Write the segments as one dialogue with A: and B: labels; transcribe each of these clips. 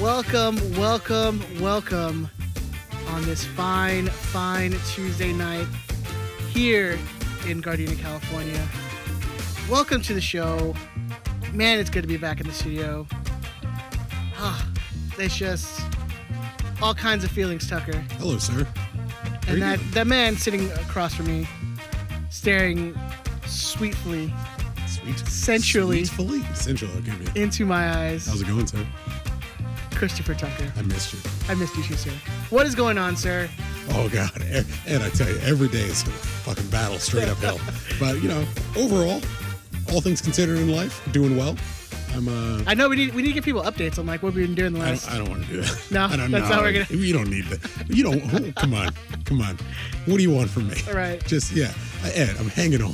A: Welcome, welcome, welcome on this fine, fine Tuesday night here in Gardena, California. Welcome to the show. Man, it's good to be back in the studio. Ah, it's just all kinds of feelings, Tucker.
B: Hello, sir.
A: And
B: you
A: that,
B: doing?
A: that man sitting across from me, staring sweetly
B: Sweet.
A: Sensually.
B: Sweetfully. Sensual. I'll give you.
A: into my
B: How's
A: eyes,
B: it going, sir?
A: Christopher Tucker.
B: I missed you.
A: I missed you too, sir. What is going on, sir?
B: Oh God. E- And I tell you, every day is a fucking battle straight uphill. but you know, overall, all things considered in life, doing well. I'm uh.
A: I know we need we need to give people updates on like what we've been doing the
B: I
A: last.
B: don't, I don't want to do that.
A: No,
B: I don't
A: that's
B: know.
A: how we're gonna-
B: You don't need that. You don't. oh, come on, come on. What do you want from me?
A: All right.
B: Just yeah, I- Ed. I'm hanging on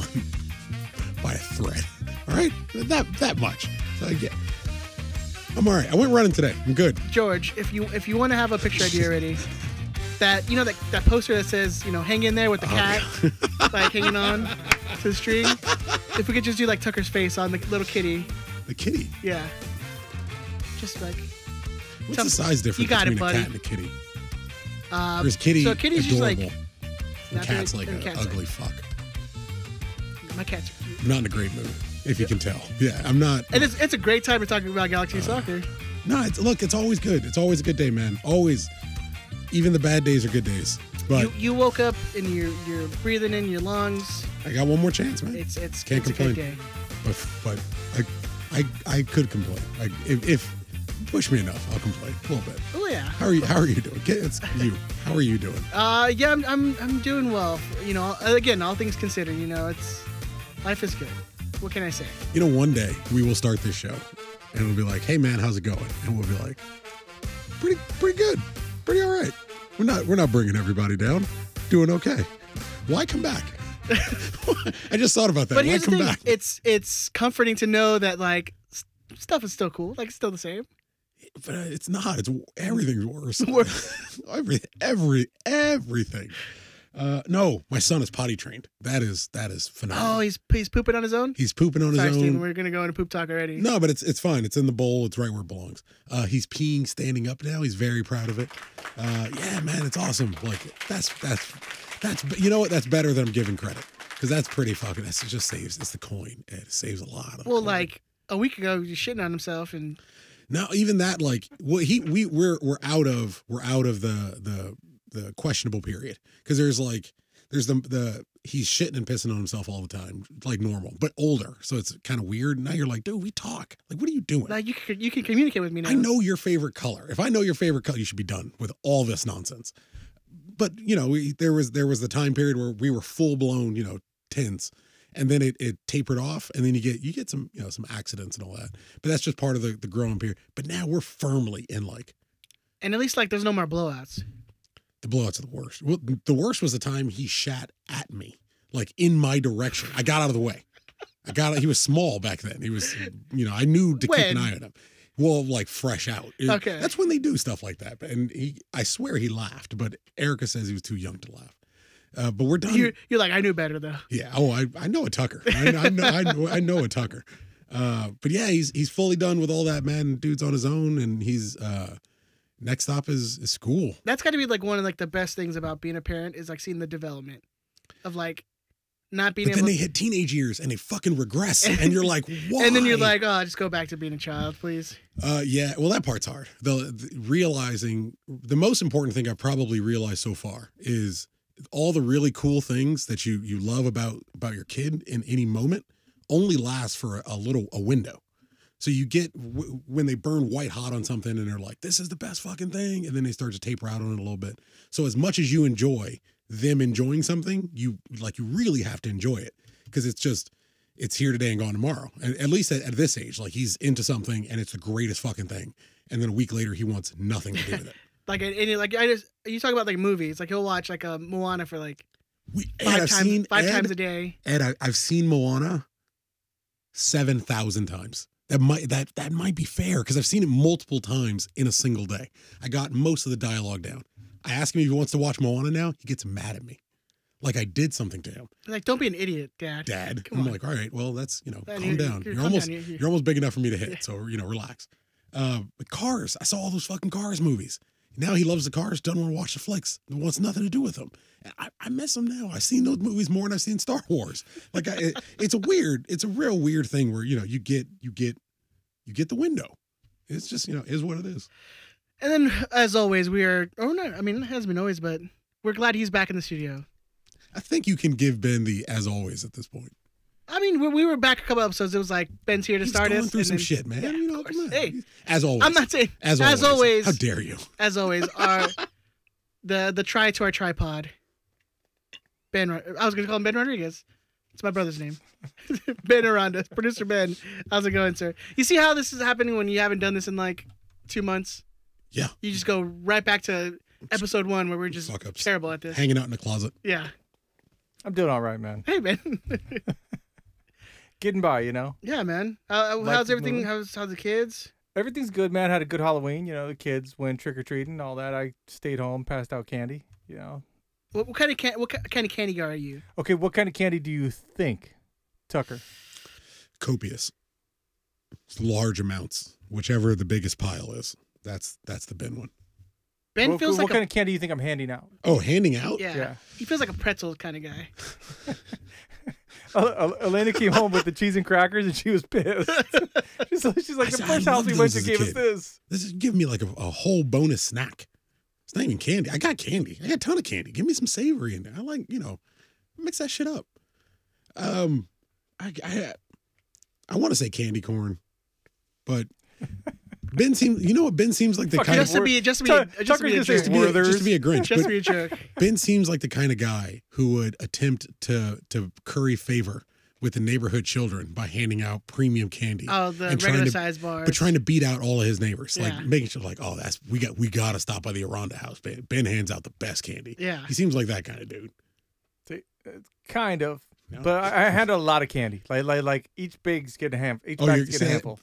B: by a thread. All right, that that much. So I get. I'm all right. I went running today. I'm good.
A: George, if you if you want to have a picture idea already, that you know that that poster that says you know hang in there
B: Oh,
A: with the cat, like hanging on to the string. If we could just do like Tucker's face on the little kitty,
B: The kitty.
A: yeah, just like
B: What's
A: Tell-
B: the size difference
A: you got it,
B: between a
A: buddy.
B: cat and a kitty?
A: uh,
B: Or is kitty
A: so kitty's just like-
B: adorable? and
A: not
B: cat's
A: very-
B: like
A: and
B: an
A: cats are-
B: ugly fuck.
A: my cats are cute.
B: I'm not in a great mood, if you can tell. Yeah, I'm not.
A: And it's it's a great time to talk about
B: Uh,
A: Galaxy Soccer.
B: No, it's, look, it's always good. It's always a good day, man. Always. Even the bad days are good days. But
A: You you woke up and you're you're breathing in your lungs.
B: I got one more chance, man.
A: It's it's
B: Can't
A: it's a
B: complain.
A: good day.
B: But, but I, I, I could complain. I, if, if push me enough, I'll complain a little bit.
A: Oh yeah.
B: How are you? How are you doing? Get, it's you. How are you doing?
A: Uh, yeah, I'm, I'm, I'm doing well. You know, again, all things considered, you know, it's life is good. What can I say?
B: You know, one day we will start this show and we'll be like, hey man, how's it going? And we'll be like, pretty pretty good. Pretty all right. We're not we're not bringing everybody down. Doing okay. Why come back? I just thought about that.
A: But
B: Why
A: here's the
B: come
A: thing:
B: back?
A: it's it's comforting to know that like s- stuff is still cool, like it's still the same.
B: but uh, it's not. It's everything's worse.
A: Worse.
B: every every everything. Uh, no, my son is potty trained. That is that is phenomenal.
A: Oh, he's he's pooping on his own.
B: He's pooping on
A: Sorry,
B: his
A: Steven,
B: own.
A: we're gonna go into poop talk already.
B: No, but it's it's fine. It's in the bowl. It's right where it belongs. Uh, he's peeing standing up now. He's very proud of it. Uh, yeah, man, it's awesome. Like that's that's that's you know what? That's better than I'm giving credit because that's pretty fucking. That's it just saves. It's the coin. It saves a lot. Of
A: Well,
B: coin.
A: like a week ago, he was shitting on himself, and
B: now even that like well he we we're we're out of we're out of the the the questionable period because there's like there's the the he's shitting and pissing on himself all the time like normal but older so it's kind of weird now you're like dude we talk like what are you doing
A: like you can, you can communicate with me now.
B: I know your favorite color. If I know your favorite color, you should be done with all this nonsense. But you know, we, there was there was the time period where we were full blown, you know, tens, and then it, it tapered off, and then you get you get some you know some accidents and all that. But that's just part of the the growing period. But now we're firmly in like
A: And at least like there's no more blowouts.
B: the blowouts are the worst. Well, the worst was the time he shat at me, like in my direction. I got out of the way. I got. He was small back then. He was, you know, I knew to keep
A: When?
B: an eye on him. Well, like fresh out. It-
A: Okay.
B: that's when they do stuff like that. And he, I swear, he laughed, but Erica says he was too young to laugh. Uh, but we're done.
A: You're you're like I knew better though.
B: Yeah. Oh, I, I know a Tucker. I, I know I know I know a Tucker. Uh, but yeah, he's he's fully done with all that, man. Dude's on his own, and he's uh, next stop is, is school.
A: that's got to be like one of like the best things about being a parent is like seeing the development of like not being
B: But then
A: able
B: they hit teenage years and they fucking regress, and you're like, why?
A: and then you're like oh just go back to being a child please
B: uh, yeah. Well, that part's hard. The, the realizing the most important thing I've probably realized so far is all the really cool things that you you love about about your kid in any moment only lasts for a, a little a window. So you get w- when they burn white hot on something and they're like, this is the best fucking thing, and then they start to taper out on it a little bit. So as much as you enjoy them enjoying something, you like you really have to enjoy it because it's just it's here today and gone tomorrow. At, at least at, at this age, like he's into something and it's the greatest fucking thing. And then a week later, he wants nothing to do with it.
A: like and you like I just you talk about like movies like he'll watch like a Moana for like
B: We, Ed,
A: five
B: I've
A: times
B: seen
A: five
B: Ed,
A: times a day
B: Ed, I, I've seen Moana seven thousand times. That might that that might be fair because I've seen it multiple times in a single day. I got most of the dialogue down. I ask him if he wants to watch Moana now. He gets mad at me, like I did something to him.
A: like don't be an idiot dad
B: Dad,
A: Come
B: I'm
A: on.
B: like, all right, well, that's you know,
A: Dad,
B: calm
A: you're-
B: down.
A: you're-
B: You're,
A: calm
B: almost
A: down, you're- you're-
B: you're almost big enough for me to hit, so you know, relax. Uh, but Cars, I saw all those fucking Cars movies. Now he loves the Cars, doesn't want to watch the flicks, wants nothing to do with them. And I, I miss them now. I've seen those movies more than I've seen Star Wars. Like I, it, it's a weird, it's a real weird thing where you know you get you get you get the window. It's just you know is what it is.
A: And then, as always, we are. Oh no, I mean it hasn't been always, but we're glad he's back in the studio.
B: I think you can give Ben the as always at this point.
A: I mean, when we were back a couple episodes, it was like Ben's here to
B: He's
A: start
B: going
A: us.
B: through
A: and
B: some
A: then-
B: shit, man.
A: Yeah,
B: you
A: of
B: know,
A: course.
B: come on.
A: Hey,
B: as always,
A: I'm not saying
B: as always,
A: as always-
B: How dare you?
A: as always, our the the try to our tripod. Ben, Ro- I was gonna call him Ben Rodriguez. It's my brother's name, Ben Aranda, producer Ben. How's it going, sir? You see how this is happening when you haven't done this in like two months?
B: Yeah.
A: You just go right back to episode one where we're just
B: Fuck ups.
A: terrible at this.
B: Hanging out in the closet.
A: Yeah.
C: I'm doing all right, man.
A: Hey, Ben.
C: Getting by, you know.
A: yeah, man. Uh,
C: Life
A: how's
C: is
A: everything?
C: moving.
A: How's how's the kids?
C: Everything's good, man. Had a good Halloween. You know, the kids went trick or treating, all that. I stayed home, passed out candy. You know.
A: What, what kind of can, what ki- kind of candy guy are you?
C: Okay, what kind of candy do you think, Tucker?
B: copious It's large amounts whichever the biggest pile is that's that's the bin one.
A: Ben
C: what
A: feels
C: what
A: like a,
C: kind of candy do you think I'm handing out?
B: Oh, handing out
A: yeah,
C: yeah.
A: He feels like a pretzel kind of guy.
C: El- El- Elena came home with the cheese and crackers, and she was pissed. she's like, she's like,
B: I
C: the
B: said, I
C: first house
B: loved
C: we
B: those
C: went to
B: as a
C: gave us
B: kid.
C: this.
B: this is giving me like a, a whole bonus snack it's not even candy i got candy i got a ton of candy give me some savory in there i like you know mix that shit up um i i, I want to say candy corn but ben seems you know what ben seems like the
C: Fuck,
B: kind of
A: just to be just to be
C: Tuck-
A: just to be a
C: Tucker's gonna
A: jerk.
C: say
B: just to be a, just to be a grinch
A: Just
B: but-
A: to be a jerk.
B: Ben seems like the kind of guy who would attempt to to curry favor with the neighborhood children by handing out premium candy,
A: Oh, the
B: And trying
A: regular
B: to-
A: size bars.
B: but trying to beat out all of his neighbors,
A: Yeah.
B: like making sure, like, oh, that's we got we got to stop by the Aranda house. Ben, ben hands out the best candy.
A: yeah.
B: He seems like that kind of dude.
C: Kind of.
B: No.
C: But I, I had a lot of candy. Like, like, like each big's getting a handful. Each
B: Oh,
C: bag's
B: you're
C: getting a
B: saying-
C: handful.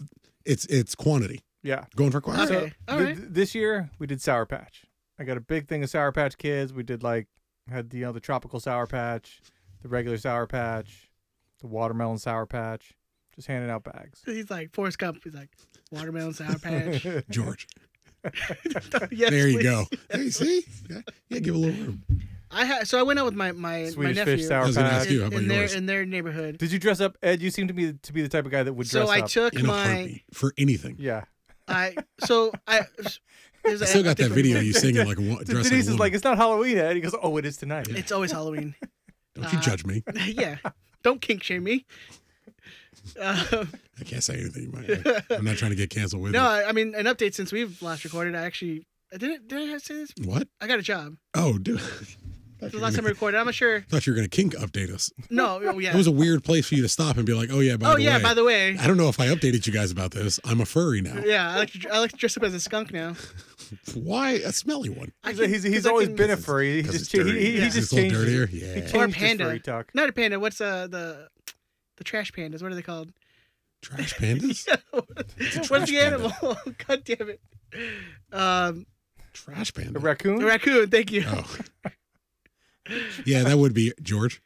B: It's it's quantity
C: Yeah.
B: going for
A: Okay.
B: quantity.
C: So
A: all
C: th-
A: right.
C: th- this year we did Sour Patch. I got a big thing of Sour Patch Kids. We did like had the you know the tropical Sour Patch, the regular Sour Patch, the watermelon Sour Patch. Just handing out bags.
A: He's like Forrest Gump. He's like watermelon sour patch.
B: George,
A: yes,
B: there you
A: please.
B: go. There you see, yeah, yeah, give a little room.
A: I had so I went out with my my my
C: Swedish
A: nephew
C: fish
B: I
C: sour
B: was gonna
C: patch.
B: ask you how
A: in,
B: about
A: in their
B: yours.
A: in their neighborhood.
C: Did you dress up, Ed? You seem to be to be the type of guy that would dress
A: So I
C: up.
A: took
B: In a
A: my
B: heartbeat for anything.
C: yeah.
A: I so I. there's
B: I
A: a-
B: still got that
A: different-
B: video of you singing like a wo-
C: D-
B: dressing.
C: Denise is
B: woman.
C: like, it's not Halloween, Ed. He goes, oh, it is tonight.
A: It's always Halloween.
B: Don't you
A: uh,
B: judge me.
A: yeah, don't kink shame me. Uh,
B: I can't say anything. man. I'm not trying to get canceled with
A: no, I, I mean an update since we've last recorded. I actually I didn't did I say this?
B: it. What?
A: I got a job.
B: Oh, dude.
A: The last time I recorded, I'm not sure.
B: thought you were going to kink update us.
A: No, oh, yeah.
B: It was a weird place for you to stop and be like, oh, yeah, by
A: oh
B: the
A: yeah,
B: way.
A: by the way.
B: I don't know if I updated you guys about this. I'm a furry now.
A: Yeah, I like to, I like to dress up as a skunk now.
B: Why a smelly one?
A: I
C: He's,
A: can-
C: he's,
A: 'cause
C: he's
A: I
C: always
A: can-
C: been a furry. He
B: 'Cause
C: just,
B: it's
C: cha- he, he,
A: Yeah.
C: he
B: It's
C: just
B: a little
C: changed. his-
B: dirtier.
C: He
B: Yeah.
C: changed
A: Or
C: his
A: panda.
C: furry talk.
A: Not a panda. What's uh, the the trash pandas? What are they called?
B: Trash pandas?
A: What's
B: trash
A: the
B: panda.
A: animal? God damn it! Um,
B: Trash
C: The
B: panda.
A: a
C: raccoon.
A: raccoon. Thank you.
B: Oh. Yeah, that would be George.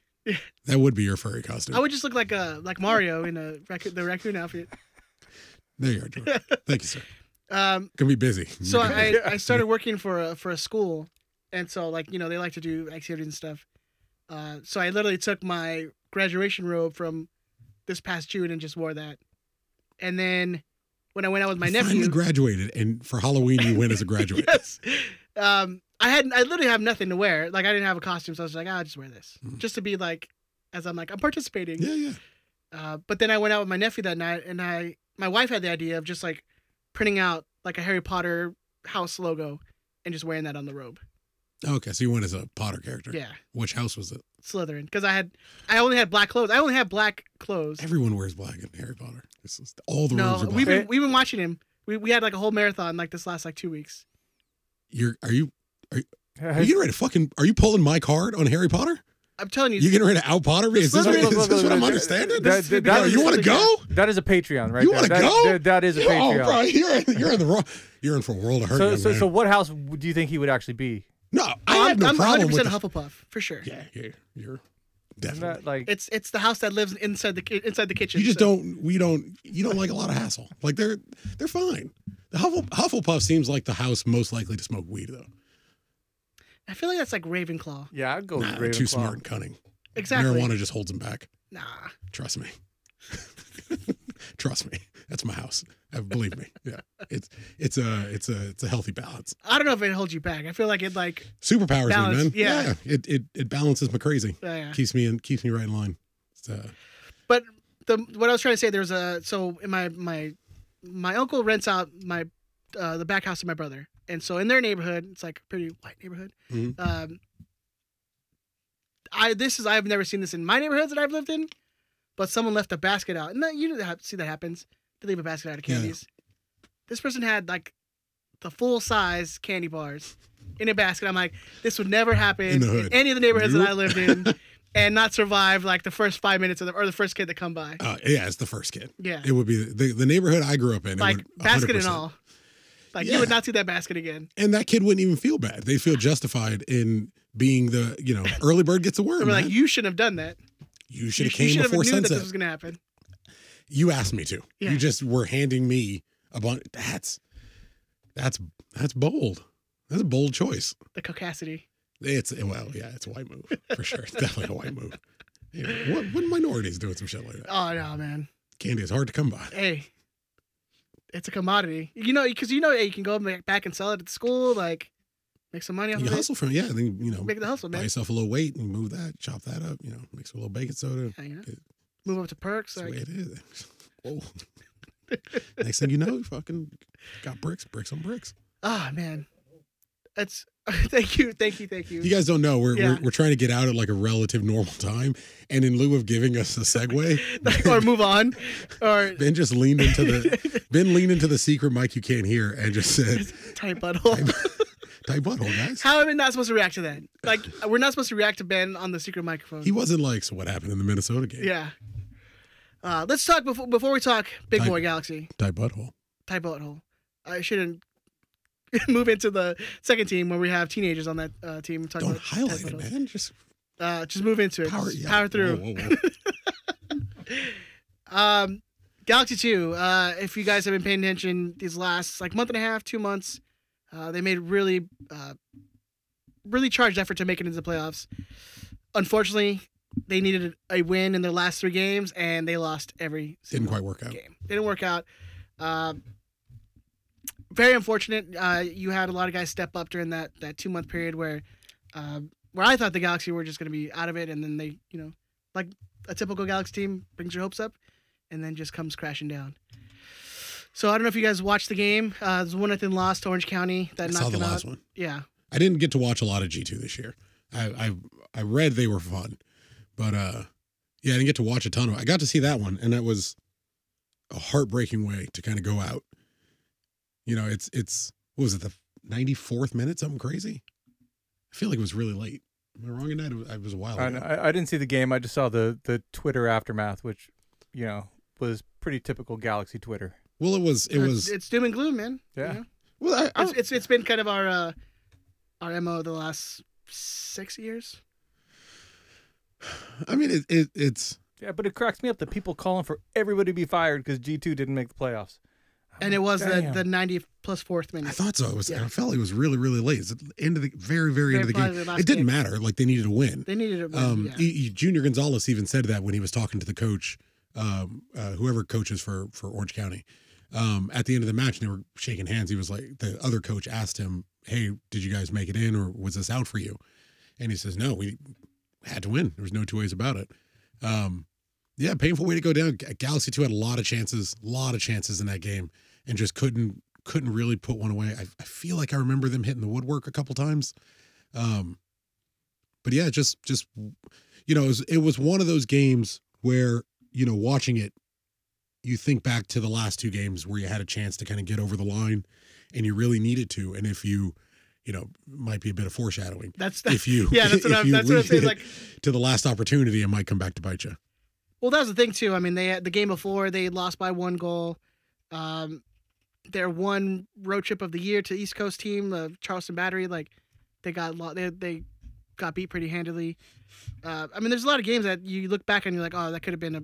B: That would be your furry costume.
A: I would just look like a like Mario in a raccoon, the raccoon outfit.
B: there you are, George. Thank you, sir.
A: Um,
B: Gonna be busy.
A: so
B: You're gonna-
A: I, I started working for a for a school, and so like you know they like to do activities and stuff. Uh, so I literally took my graduation robe from this past June and just wore that, and then when I went out with my
B: you
A: nephew,
B: finally graduated, and for Halloween you went as a graduate.
A: yes. Um, I had I literally have nothing to wear. Like I didn't have a costume, so I was like, "Ah, I'll just wear this,
B: Mhm.
A: just to be like, as I'm like, I'm participating.
B: Yeah, yeah.
A: Uh, but then I went out with my nephew that night, and I my wife had the idea of just like printing out like a Harry Potter house logo, and just wearing that on the robe.
B: Okay, so you went as a Potter character.
A: Yeah,
B: Which house was it?
A: Slytherin, because I had I only had black clothes. I only had black clothes.
B: Everyone wears black in Harry Potter. This is all the rooms
A: No,
B: are black.
A: we've been we've been watching him. We, we had like a whole marathon like this last like two weeks.
B: You're are you are you getting ready to fucking are you pulling my card on Harry Potter?
A: I'm telling you,
B: You getting ready to out Potter? me? Is this,
A: Look, look,
B: is
C: look,
B: this
C: look,
B: what I'm
C: look,
B: understanding?
C: that-
A: this-
C: that-
A: this
B: Yo,
A: is
B: you want to
A: something-
B: go?
C: That is a Patreon, right
B: You
C: there.
B: wanna
C: That-
B: go?
C: that- that is a
B: Oh,
C: Patreon.
B: bro, you're in, you're in the wrong. You're in for a world of hurt.
C: So,
B: young
C: so,
B: man.
C: so, what house w- do you think he would actually be?
B: no, I have
A: I'm,
B: no
A: I'm
B: problem
A: 100%
B: with. The,
A: Hufflepuff for sure.
B: yeah, yeah, you're
C: Isn't
B: definitely.
C: that like
A: It's it's the house that lives inside the ki- inside the kitchen.
B: You just
A: so-
B: don't. We don't. You don't like a lot of hassle. Like they're they're fine. Huffle, Hufflepuff seems like the house most likely to smoke weed, though.
A: I feel like that's like Ravenclaw.
C: Yeah, I'd go with
B: Nah, they're too
C: Ravenclaw.
B: smart and cunning.
A: Exactly.
B: Marijuana just holds them back.
A: Nah.
B: Trust me. Trust me. That's my house. Uh, Believe me. Yeah. It's it's a it's a it's a healthy balance.
A: I don't know if it holds you back. I feel like it like
B: Superpowers,
A: Balance,
B: me, man.
A: yeah.
B: It it it balances my crazy.
A: uh, yeah.
B: Keeps me in keeps me right in line. It's, uh,
A: the what I was trying to say there's a so in my my my uncle rents out my uh, the back house to my brother, and so in their neighborhood, it's like a pretty white neighborhood.
B: Mhm.
A: Um, I this is I've never seen this in my neighborhoods that I've lived in, but someone left a basket out, and that, you know, see that happens. They leave a basket out of
B: Yeah.
A: candies. This person had like the full size candy bars in a basket. I'm like, this would never happen
B: In the hood.
A: any of the neighborhoods that I
B: Nope.
A: lived in. And not survive like the first five minutes of the, or the first kid to come by.
B: uh, yeah, it's the first kid.
A: Yeah.
B: It would be the, the neighborhood I grew up in. it
A: like
B: would
A: basket
B: 100%.
A: and all. Like
B: Yeah.
A: you would not see that basket again.
B: And that kid wouldn't even feel bad. They feel justified in being the you know early bird gets a worm.
A: They were
B: man.
A: like, you shouldn't have done that.
B: you
A: You
B: should have
A: sh- you
B: Mm-hmm. came
A: should have
B: before
A: knew
B: sunset.
A: that this was gonna happen.
B: you asked me to.
A: Yeah.
B: You just were handing me a bunch. That's that's that's bold. That's a bold choice.
A: The cocacity.
B: It's well, yeah, it's a white move for sure. It's definitely a white move. You know, what what minorities doing some shit like that?
A: Oh no, man.
B: Candy is hard to come by.
A: Hey, it's a commodity. You know, because you know, hey, you can go ma- back and sell it at school, like make some money off
B: You
A: of it.
B: hustle from it, yeah. Then you know,
A: Make the hustle,
B: buy
A: man.
B: yourself a little weight and move that, chop that up. You know, mix a little baking soda.
A: Yeah, you know?
B: Good.
A: Move up to perks.
B: That's the way
A: Like,
B: it is. Whoa. Next thing you know, you fucking got bricks, bricks on bricks.
A: oh man, that's thank you, thank you, thank you.
B: You guys don't know we're,
A: Yeah.
B: we're we're trying to get out at like a relative normal time, and in lieu of giving us a segue,
A: Like, or move on, or
B: Ben just leaned into the Ben leaned into the secret mic you can't hear and just said,
A: tight butthole.
B: "Tight butthole, guys."
A: How am I not supposed to react to that? Like we're not supposed to react to Ben on the secret microphone.
B: He wasn't like, "So what happened in the Minnesota game?"
A: Yeah. Uh, let's talk before before we talk Big
B: Type-
A: Boy Galaxy
B: Tight butthole.
A: type hole. I shouldn't move into the second team where we have teenagers on that uh, team. and Talk
B: Don't
A: about
B: highlight it,
A: type buttholes.
B: man. Just
A: Uh, just move into it.
B: power,
A: Just
B: yeah.
A: power through.
B: Whoa, whoa, whoa. Oh.
A: Um, Galaxy Two. Uh, if you guys have been paying attention these last like month and a half, two months, uh, they made really, uh, really charged effort to make it into the playoffs. Unfortunately, they needed a win in their last three games, and they lost every
B: Didn't
A: single
B: quite work out.
A: game. Didn't work out. Um, very unfortunate. Uh, you had a lot of guys step up during that that two month period where, um, where I thought the Galaxy were just going to be out of it, and then they, you know, like a typical Galaxy team brings your hopes up, and then just comes crashing down. So I don't know if you guys watched the game. Uh, it was one nothing loss to Orange County that
B: I
A: knocked
B: saw the
A: them
B: last
A: out.
B: one.
A: Yeah,
B: I didn't get to watch a lot of G two this year. I, I I read they were fun, but uh, yeah, I didn't get to watch a ton of. It. I got to see that one, and that was a heartbreaking way to kind of go out. You know, it's it's what was it the ninety fourth minute something crazy? I feel like it was really late. Am I wrong in that? It was, it was a while
C: I,
B: ago.
C: know. I, I didn't see the game. I just saw the the Twitter aftermath, which you know was pretty typical Galaxy Twitter.
B: Well, it was it
A: It's-
B: was
A: It's doom and gloom, man. You
C: Yeah.
A: know?
B: well. I, I,
A: it's, it's it's been kind of our uh, our mo the last six years.
B: I mean, it, it it's
C: Yeah, but it cracks me up that people calling for everybody to be fired because G two didn't make the playoffs.
A: And it was the,
C: Damn.
A: the 90 plus fourth minute.
B: I thought so. It was.
A: Yeah.
B: I felt like it was really really late. It's the end of the very very,
A: Very
B: end of the
A: probably
B: game.
A: the last
B: It didn't
A: game.
B: matter. Like they needed a win.
A: They needed a win.
B: Um,
A: yeah.
B: e- e- Junior Gonzalez even said that when he was talking to the coach, um, uh, whoever coaches for for Orange County, um, at the end of the match, and they were shaking hands. He was like, the other coach asked him, "Hey, did you guys make it in, or was this out for you?" And he says, "No, we had to win. There was no two ways about it." Um, yeah, painful way to go down. G- Galaxy Two had a lot of chances, a lot of chances in that game, and just couldn't couldn't really put one away. I, I feel like I remember them hitting the woodwork a couple times. Um, but yeah, just just you know, it was, it was one of those games where you know, watching it, you think back to the last two games where you had a chance to kind of get over the line, and you really needed to. And if you, you know, might be a bit of foreshadowing.
A: that's that,
B: If you,
A: yeah, that's what
B: if
A: I'm
B: you
A: that's what I'm
B: leave
A: saying.
B: it
A: Like,
B: to the last opportunity, it might come back to bite you.
A: well, that was the thing too. I mean, they had the game before they had lost by one goal. Um, their one road trip of the year to East Coast team, the Charleston Battery, like they got lo- they they got beat pretty handily. Uh, I mean, there's a lot of games that you look back and you're like, oh, that could have been a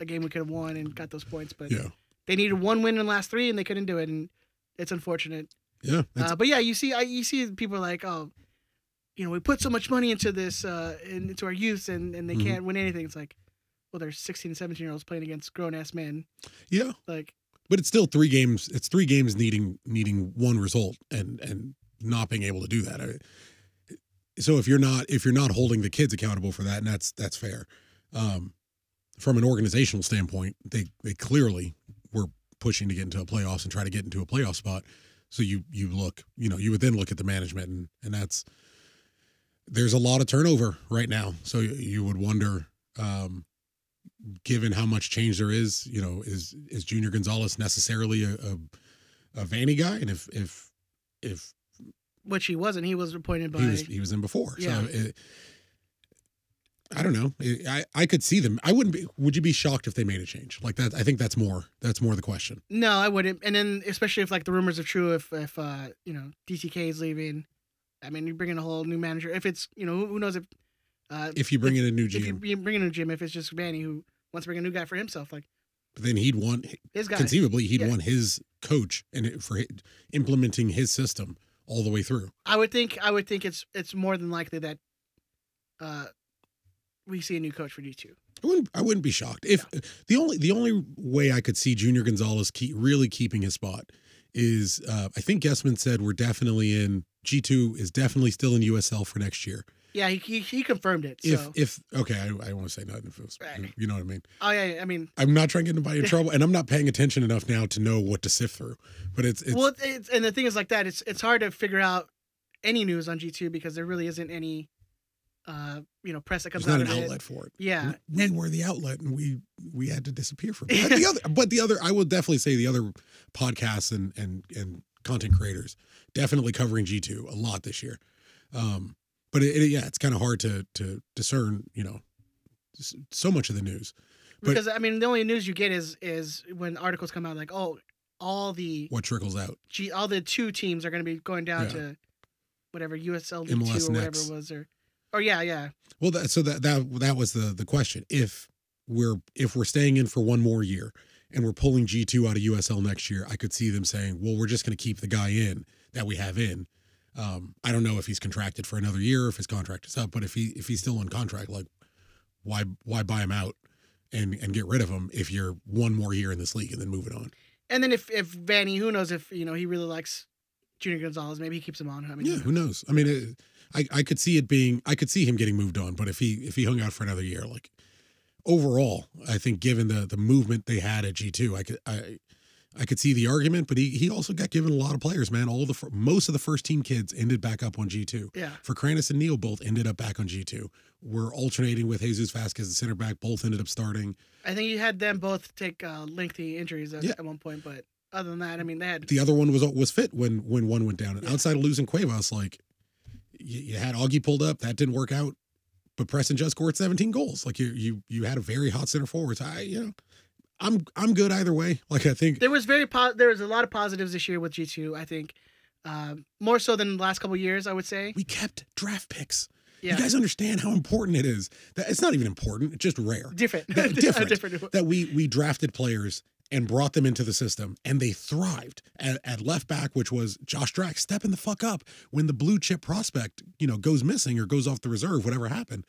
A: a game we could have won and got those points, but
B: Yeah,
A: they needed one win in the last three and they couldn't do it. And It's unfortunate.
B: Yeah. that's-
A: Uh, but yeah, you see, I, you see people like, oh, you know, we put so much money into this, uh, in, into our youth, and, and they
B: Mhm.
A: can't win anything. It's like, well, they're 16, 17 year olds playing against grown ass men.
B: yeah.
A: Like,
B: But it's still three games. It's three games needing needing one result and and not being able to do that. I- so if you're not if you're not holding the kids accountable for that, and that's that's fair. Um, from an organizational standpoint, they they clearly were pushing to get into a playoffs and try to get into a playoff spot. So you you look you know you would then look at the management and and that's there's a lot of turnover right now. So you, you would wonder. Um, given how much change there is, you know, is is Junior Gonzalez necessarily a a, a Vanny guy? And if if if
A: which he wasn't. He was appointed by.
B: he was he was in before,
A: Yeah.
B: so it, I don't know. It- I I could see them. I wouldn't be. Would you be shocked if they made a change like that? I think that's more that's more the question.
A: No, I wouldn't. And then especially if like the rumors are true, if if uh, you know DTK is leaving, I mean, you bring in a whole new manager. If it's you know who, who knows if uh,
B: If you bring in a new
A: if you
B: GM,
A: bring bring in a Jim, if it's just Vanny who wants to bring a new guy for himself, like
B: then he'd want
A: his guy.
B: conceivably he'd
A: Yeah.
B: want his coach and it, for hi- implementing his system all the way through.
A: I would think I would think it's it's more than likely that uh, we see a new coach for D two.
B: I wouldn't. I wouldn't be shocked if the only the only way I could see Junior Gonzalez keep really keeping his spot is uh, I think Gessman said we're definitely in G two is definitely still in USL for next year.
A: Yeah, he, he, he confirmed it. So
B: If if okay, I, I won't say nothing if it was,
A: Right.
B: you know what I mean.
A: oh yeah, yeah, I mean,
B: I'm not trying to get anybody in trouble, and I'm not paying attention enough now to know what to sift through. But it's it's
A: well, it's, and the thing is like that. It's it's hard to figure out any news on G two because there really isn't any. Uh, you know, press that comes
B: there's not
A: out
B: an
A: of it.
B: outlet for it.
A: Yeah,
B: we were the outlet and we we had to disappear from it. But the other but the other I will definitely say the other podcasts and and and content creators definitely covering G2 a lot this year. Um but it, it- yeah, it's kind of hard to to discern, you know, s- so much of the news. Mm-hmm. But-
A: because I mean the only news you get is is when articles come out like oh all the
B: What trickles out.
A: G, all the two teams are going to be going down
B: Yeah.
A: to whatever USL League
B: MLS
A: two or whatever
B: next.
A: it was or or yeah yeah
B: Well, that, so that that that was the the question. If we're if we're staying in for one more year and we're pulling G two out of USL next year, I could see them saying, "Well, we're just going to keep the guy in that we have in." Um, I don't know if he's contracted for another year, if his contract is up, but if he if he's still on contract, like why why buy him out and and get rid of him if you're one more year in this league and then move it on?
A: and then if if Vanny who knows if you know he really likes Junior Gonzalez maybe he keeps him on I mean
B: Yeah, who knows? I mean, it, I I could see it being I could see him getting moved on, but if he if he hung out for another year, like overall, I think given the the movement they had at G two, I could I I could see the argument, but he he also got given a lot of players, man. All the fir- most of the first team kids ended back up on G two.
A: yeah
B: For Kranis and Neal, both ended up back on G two. We're alternating with Jesus Vasquez, the center back. Both ended up starting.
A: I think you had them both take uh, lengthy injuries at,
B: Yeah.
A: at one point but other than that I mean they had
B: the other one was was fit when when one went down. And
A: Yeah.
B: outside of losing Cuevas, like you, you had Augie pulled up, that didn't work out. But Preston just scored 17 goals. Like you you you had a very hot center forwards. I you know, I'm I'm good either way. Like I think
A: there was very po- there was a lot of positives this year with G two I think um, more so than the last couple years I would say
B: we kept draft picks.
A: yeah
B: You guys understand how important it is. That it's not even important. It's just rare.
A: different
B: Yeah, different.
A: different
B: that we we drafted players and brought them into the system and they thrived at, at left back which was josh drax stepping the fuck up when the blue chip prospect you know goes missing or goes off the reserve whatever happened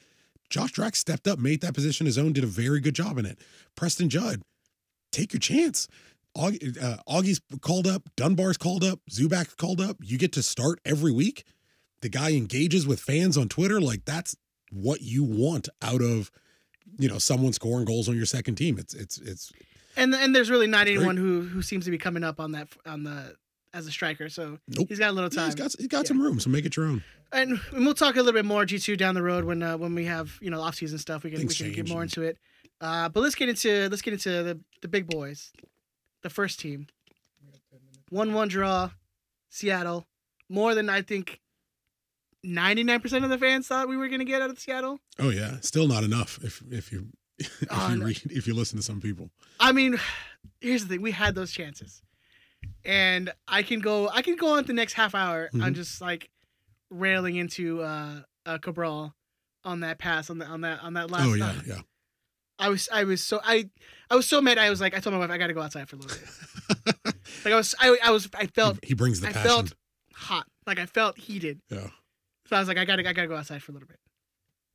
B: josh drax stepped up made that position his own did a very good job in it preston judd take your chance Aug- uh, augie's called up dunbar's called up zubak's called up you get to start every week the guy engages with fans on twitter like that's what you want out of you know someone scoring goals on your second team. It's it's it's
A: And and there's really not
B: Great.
A: anyone who who seems to be coming up on that on the as a striker. So
B: nope.
A: he's got a little
B: Yeah,
A: time.
B: he's got he's got some room, so make it your own.
A: and, and we'll talk a little bit more G two down the road when uh, when we have you know off season stuff. We can we
B: Things
A: can get
B: change
A: more
B: and-
A: into it. Uh, but let's get into let's get into the the big boys, the first team. One one draw, Seattle. More than I think. Ninety nine percent of the fans thought we were going to get out of Seattle.
B: Oh yeah, still not enough. If if you if
A: Oh,
B: you
A: no.
B: read if you listen to some people,
A: I mean, here's the thing: we had those chances, and I can go. I can go on the next half hour on
B: Mhm.
A: just like railing into uh, uh Cabral on that pass on the on that on that last.
B: oh yeah
A: uh,
B: yeah.
A: I was I was so I I was so mad. I was like, I told my wife I got to go outside for a little bit. Like I was, I, I was, I felt
B: he brings the
A: I
B: passion.
A: felt- hot. Like I felt heated.
B: yeah.
A: So I was like, I gotta, I gotta go outside for a little bit.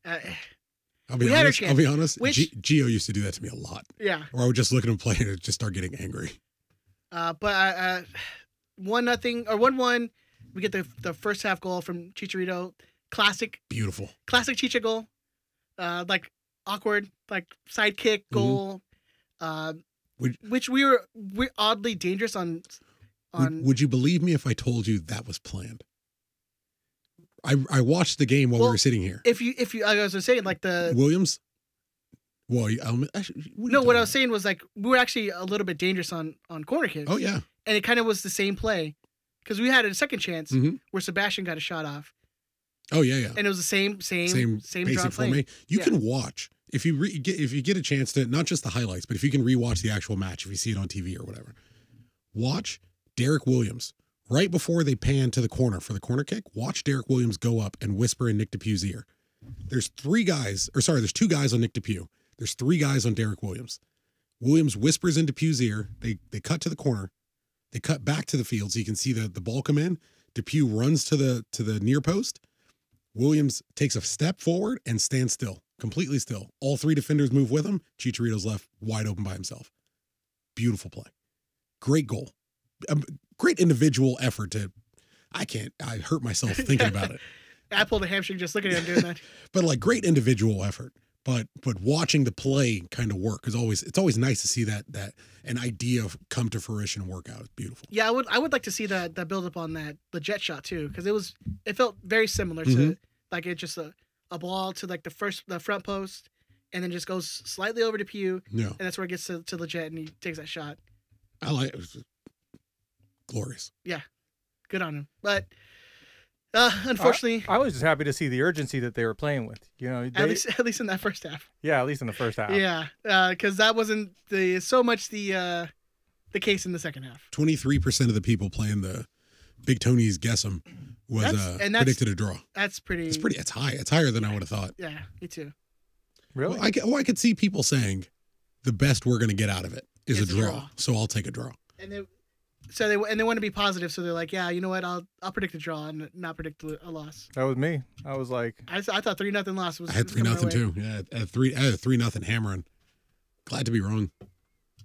A: Uh,
B: I'll be
A: We had our
B: honest. I'll be honest.
A: Which-
B: G- Geo used to do that to me a lot,
A: yeah.
B: or I would just look at him play and I'd just start getting angry.
A: Uh, but I, uh, one nothing or one one, we get the the first half goal from Chicharito. Classic,
B: Beautiful.
A: classic Chicha goal. Uh, like awkward, like sidekick goal. Uh,
B: Mm-hmm. Would-
A: which we were we are oddly dangerous on on
B: Would, would you believe me if I told you that was planned? I I watched the game while
A: Well,
B: we were sitting here.
A: if you if you like I was saying like the
B: Williams. Well, you- I'm, actually, what are you
A: no what
B: talking
A: I was saying was like we were actually a little bit dangerous on on corner
B: about?
A: kicks.
B: Oh yeah.
A: and it kind of was the same play because we had a second chance
B: Mhm.
A: where Sebastian got a shot off,
B: Oh yeah. Yeah.
A: and it was the same same
B: same
A: same, drawn
B: basic
A: play.
B: format. You
A: Yeah.
B: can watch if you re- get if you get a chance to not just the highlights, but if you can rewatch the actual match if you see it on TV or whatever. Watch Derek Williams right before they pan to the corner for the corner kick. Watch Derek Williams go up and whisper in Nick DePew's ear. There's three guys, or sorry, there's two guys on Nick DePew. There's three guys on Derek Williams. Williams whispers into Pew's ear. They they cut to the corner. They cut back to the field so you can see the, the ball come in. Depew runs to the to the near post. Williams takes a step forward and stands still, completely still. All three defenders move with him. Chicharito's left wide open by himself. Beautiful play. Great goal. Um, great individual effort to. I can't. I hurt myself thinking about it.
A: I pulled a hamstring just looking at him doing that.
B: But like great individual effort. But but watching the play kind of work is always it's always nice to see that that an idea come to fruition and work out. It's beautiful.
A: Yeah, I would I would like to see the the build up on that the jet shot too because it was it felt very similar to
B: Mhm.
A: like it just a, a ball to like the first the front post and then just goes slightly over to Pew
B: No,
A: and that's where it gets to, to the jet and he takes that shot.
B: I like glorious.
A: Good on him, but uh, unfortunately,
C: I was just happy to see the urgency that they were playing with. You know, they,
A: at least at least in that first half.
C: yeah, at least in the first half.
A: Yeah, because that wasn't the so much the uh, the case in the second half.
B: Twenty three percent of the people playing the Big Tony's guess 'em was
A: That's-
B: uh,
A: and that's-
B: predicted a draw.
A: That's pretty.
B: It's pretty. It's high. It's higher than I would have thought.
A: Yeah, me too.
C: Really?
B: Well, I, could- well, I could see people saying, "The best we're going to get out of it is
A: It's
B: a
A: a
B: draw,
A: draw.
B: so I'll take a draw."
A: And they, so they and they want to be positive, so they're like, yeah, you know what? I'll I'll predict a draw and not predict a a loss.
C: that was me. I was like,
A: I, s- I thought three nothing loss was.
B: I had
A: was
B: three
A: coming our
B: nothing
A: way.
B: too. Yeah, I had three. I had a three nothing hammering. Glad to be wrong.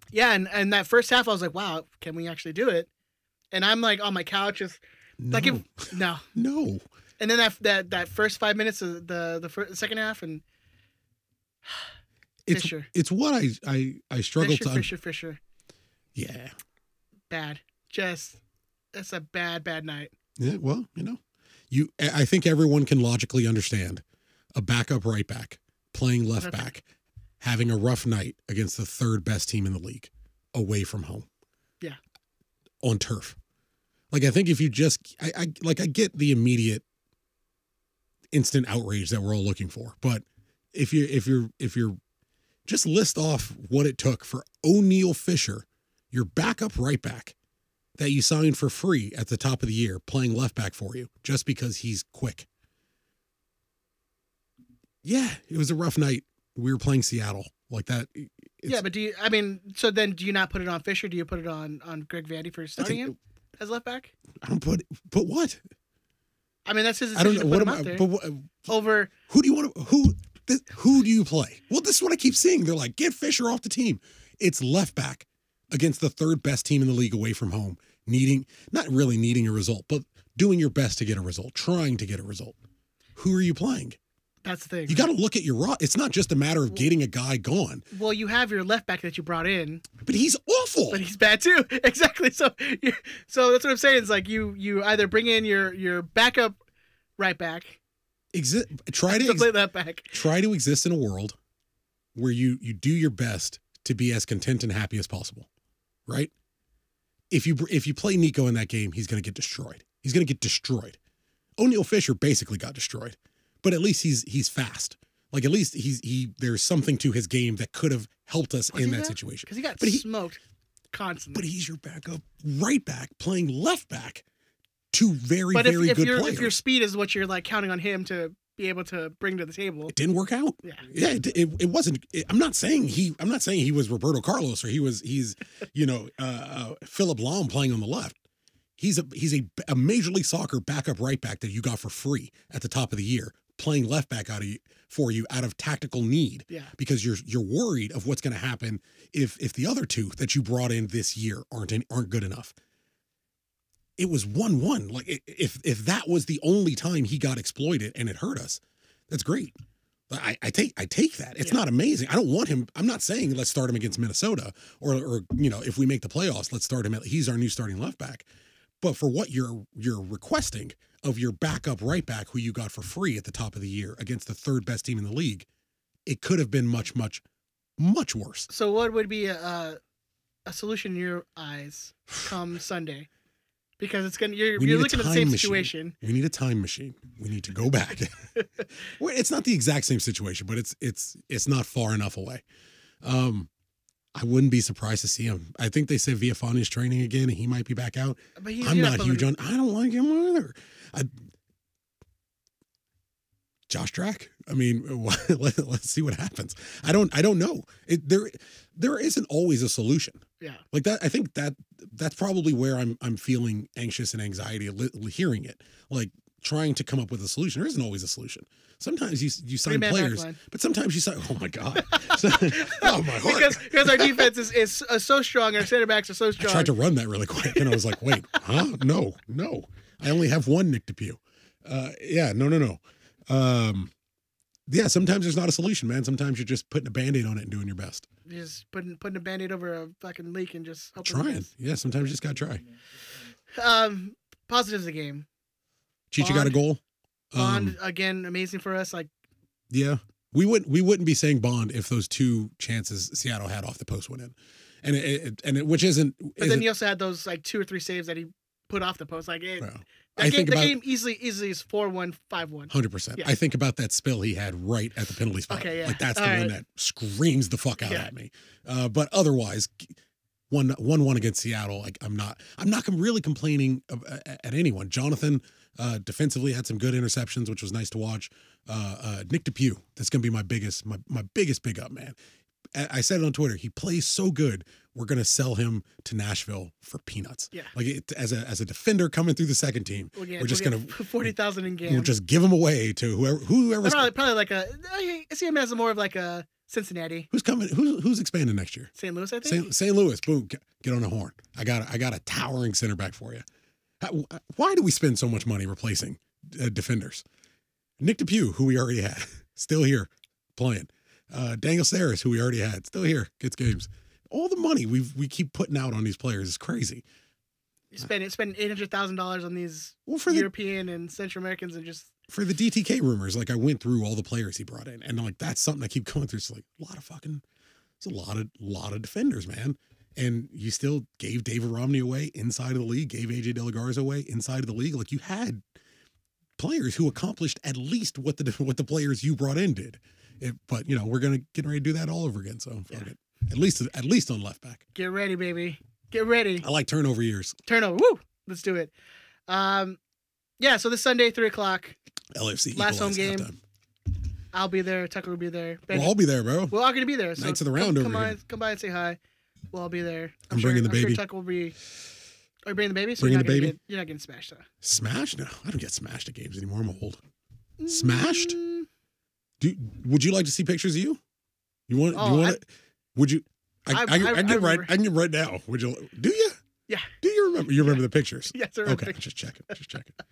A: Yeah, and and that first half, I was like, wow, can we actually do it? And I'm like on my couch, just
B: No,
A: like if no.
B: no.
A: And then that that that first five minutes of the the, fir- second half and
B: It's
A: Fisher.
B: it's what I I I struggle
A: Fisher
B: to. un-
A: Fisher Fisher
B: Yeah.
A: bad, just that's a bad bad night.
B: Yeah. Well, you know, you. I I think everyone can logically understand a backup right back playing left
A: Left back.
B: back, having a rough night against the third best team in the league, away from home.
A: Yeah.
B: On turf. Like I think if you just, I, I like I get the immediate, instant outrage that we're all looking for, but if you if you're if you're just list off what it took for O'Neal Fisher, your backup right back that you signed for free at the top of the year playing left back for you just because he's quick. Yeah, it was a rough night. We were playing Seattle like that. It's,
A: yeah, but do you? I mean, so then do you not put it on Fisher? Do you put it on on Greg Vandy for
B: I,
A: starting
B: think-
A: him as left back?
B: I don't put put what
A: I mean, that's his
B: I
A: decision
B: don't know
A: to put him
B: what am
A: out
B: I,
A: there
B: but what,
A: over.
B: who do you want to who this, who do you play? Well, this is what I keep seeing. They're like get Fisher off the team. It's left back against the third best team in the league away from home, needing not really needing a result, but doing your best to get a result, trying to get a result. Who are you playing?
A: That's the thing.
B: You got to look at your raw. It's not just a matter of getting a guy gone,
A: well, you have your left back that you brought in,
B: but he's awful.
A: but he's bad too. exactly. So, you, so that's what I'm saying. It's like you you either bring in your your backup right back
B: Exi- try to
A: to
B: ex-
A: play left back.
B: try to exist in a world where you you do your best to be as content and happy as possible, right? If you br- if you play Nico in that game, he's going to get destroyed. He's going to get destroyed. O'Neal Fisher basically got destroyed, but at least he's he's fast. Like at least he's he there's something to his game that could have helped us
A: Was
B: in
A: he
B: that
A: though?
B: situation.
A: because he got
B: But he-
A: smoked constantly.
B: But he's your backup right back playing left back. Two very
A: But if,
B: very
A: if
B: good
A: your
B: players.
A: if your speed is what you're like counting on him to be able to bring to the table.
B: It didn't work out.
A: Yeah.
B: Yeah, it, it, it wasn't. It, I'm not saying he. I'm not saying he was Roberto Carlos or he was. He's, you know, uh, uh, Philip Lahm playing on the left. He's a he's a, a major league soccer backup right back that you got for free at the top of the year, playing left back out of you, for you out of tactical need
A: Yeah.
B: because you're you're worried of what's going to happen if if the other two that you brought in this year aren't in, aren't good enough. It was one one. Like i- if if that was the only time he got exploited and it hurt us, that's great. I, I take I take that. It's
A: Yeah.
B: not amazing. I don't want him. I'm not saying let's start him against Minnesota or or you know if we make the playoffs, let's start him. At, he's our new starting left back. But for what you're you're requesting of your backup right back who you got for free at the top of the year against the third best team in the league, it could have been much much much worse.
A: So what would be a a, a solution in your eyes come Sunday? Because it's gonna you're
B: We
A: you're
B: need a
A: looking at the
B: time
A: same
B: machine.
A: situation.
B: We need a time machine. We need to go back. Well, it's not the exact same situation, but it's it's it's not far enough away. Um, I wouldn't be surprised to see him. I think they said Viafani is training again, and he might be back out.
A: But he's
B: I'm not huge on. I don't like him either. I, Josh Drack. I mean, let, let's see what happens. I don't. I don't know. It, there, there isn't always a solution
A: Yeah.
B: like that. I think that that's probably where I'm. I'm feeling anxious and anxiety li- li- hearing it. Like trying to come up with a solution. There isn't always a solution. Sometimes you you sign
A: Three-man
B: players,
A: back line.
B: but sometimes you sign. Oh my god. oh my heart.
A: Because because our defense is, is uh, so strong, our center backs are so
B: I
A: strong.
B: tried to run that really quick, and I was like, "Wait, huh? No, no. I only have one Nick DePew. Uh, yeah, no, no, no. Um, yeah, sometimes there's not a solution, man. Sometimes you're just putting a band-aid on it and doing your best.
A: just putting putting a band-aid over a fucking leak and just hoping it
B: Trying.
A: fixes.
B: Yeah, sometimes you just gotta try.
A: Um, positives of the game.
B: Chichi got a
A: Bond.
B: goal.
A: Bond
B: Um,
A: again, amazing for us. Like
B: yeah, we wouldn't we wouldn't be saying Bond if those two chances Seattle had off the post went in, and it, it and it, which isn't.
A: But then
B: isn't-
A: he also had those like two or three saves that he put off the post. Like it,
B: well,
A: that
B: I
A: game,
B: think
A: the
B: about
A: game easily easily is four one five one.
B: Hundred percent.
A: Yeah.
B: I think about that spill he had right at the penalty spot.
A: Okay, yeah.
B: Like that's the
A: All
B: one
A: right.
B: that screams the fuck out
A: Yeah.
B: at me. Uh, but otherwise, one one one against Seattle. Like I'm not I'm not com- really complaining of, at, at anyone. Jonathan uh, defensively had some good interceptions, which was nice to watch. Uh, uh, Nick Depew. That's gonna be my biggest my my biggest big up man. I I said it on Twitter. He plays so good. We're gonna sell him to Nashville for peanuts.
A: Yeah.
B: Like it, as a as a defender coming through the second team,
A: We'll get-
B: we're just
A: we'll
B: gonna
A: get forty thousand in game.
B: we'll just give him away to whoever whoever's
A: probably probably like a. I see him as more of like a Cincinnati,
B: Who's coming? Who's who's expanding next year?
A: St. Louis. I think.
B: St. St. Louis, boom, g- get on the horn. I got I got a towering center back for you. How- Why do we spend so much money replacing uh, defenders? Nick Depew, who we already had, still here playing. Uh, Daniel Saris, who we already had, still here, gets games. All the money we we keep putting out on these players is crazy.
A: Spending spending eight hundred thousand dollars on these
B: Well, for the
A: European and Central Americans and just
B: for the DTK rumors, like I went through all the players he brought in, and like that's something I keep going through. It's like a lot of fucking, it's a lot of lot of defenders, man. And you still gave David Romney away inside of the league, gave AJ Delagarza away inside of the league. Like you had players who accomplished at least what the what the players you brought in did. It, but you know we're gonna get ready to do that all over again. So fuck
A: Yeah.
B: it. At least at least on left back.
A: get ready, baby. Get ready.
B: I like turnover years.
A: Turnover. Woo. Let's do it. Um, yeah. So this Sunday, three o'clock.
B: LFC
A: Last home
B: equalized
A: game.
B: halftime.
A: I'll be there. Tucker will be there.
B: We'll
A: Benny-
B: all be there, bro.
A: We're all gonna be there. So
B: Knights of the
A: come-
B: round
A: come,
B: over
A: by,
B: here.
A: Come by and say hi. We'll all be there.
B: I'm bringing the
A: sure, I'm
B: baby.
A: sure Tuck will be. Are you bringing the baby? So
B: Bringing
A: you're not
B: the
A: gonna
B: baby.
A: Get, you're not getting smashed though.
B: Smash? No, I don't get smashed at games anymore. I'm old. Smashed?
A: Mm,
B: Do would you like to see pictures of you? You want?
A: Oh,
B: you
A: I-
B: want? to would you? I, I,
A: I-
B: I,
A: I-
B: can
A: I
B: get right.
A: remember.
B: I can get right now. Would you? Do you?
A: Yeah.
B: Do you remember? You remember the pictures?
A: yes, I remember.
B: Okay, just check it. Just check it.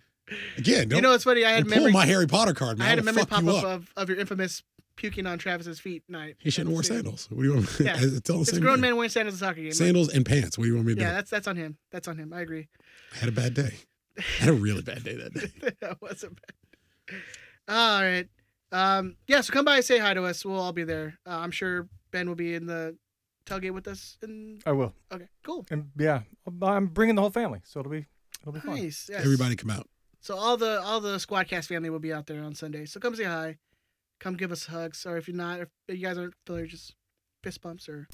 B: Again, don't
A: You know what's funny? I had
B: don't pull
A: memory.
B: my Harry Potter card, man.
A: I had a
B: I'll
A: memory
B: fuck
A: pop
B: you
A: up
B: up.
A: of, of your infamous puking on Travis's feet night.
B: He shouldn't have worn
A: That's it.
B: sandals. What do you want?
A: Yeah.
B: I- Tell him
A: It's a
B: same
A: grown
B: thing.
A: man wearing sandals at a soccer game.
B: Sandals and pants. What do you want me to
A: Yeah,
B: do?
A: that's that's on him. That's on him. I agree.
B: I had a bad day. I had a really bad day that day.
A: that wasn't bad. All right. Um, yeah, so come by and say hi to us. We'll all be there. Uh, I'm sure Ben will be in the tailgate with us. And
C: I will.
A: okay, cool,
C: And yeah, I'm bringing the whole family, so it'll be it'll be fun.
A: nice. Yes.
B: Everybody come out.
A: So all the all the Squadcast family will be out there on Sunday. So come say hi, come give us hugs, or if you're not, if you guys aren't familiar, just fist bumps or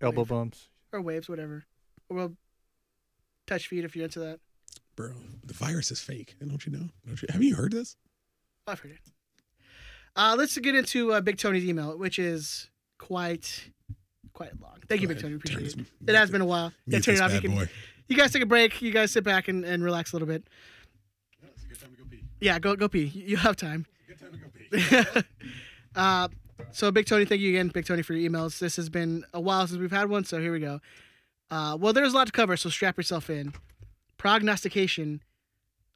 C: Elbow
A: Wave.
C: bumps.
A: or waves, whatever. Or we'll touch feet if you're into that.
B: Bro, the virus is fake. And don't you know? Don't you, haven't you heard this?
A: I've heard it. Uh, let's get into uh, Big Tony's email, which is quite quite long. Thank you,
B: Go
A: Big
B: ahead.
A: Tony. Appreciate
B: Turn
A: it.
B: this-
A: It has been a while. Yeah,
B: Mute
A: turn
B: this
A: it off. You,
B: bad
A: can,
B: boy.
A: you guys take a break. You guys sit back and, and relax a little bit.
B: It's a good time to go pee.
A: Yeah, go go pee. You you have time.
B: Good time to go pee.
A: uh, so, Big Tony, thank you again, Big Tony, for your emails. This has been a while since we've had one, so here we go. Uh, well, there's a lot to cover, so strap yourself in. Prognostication.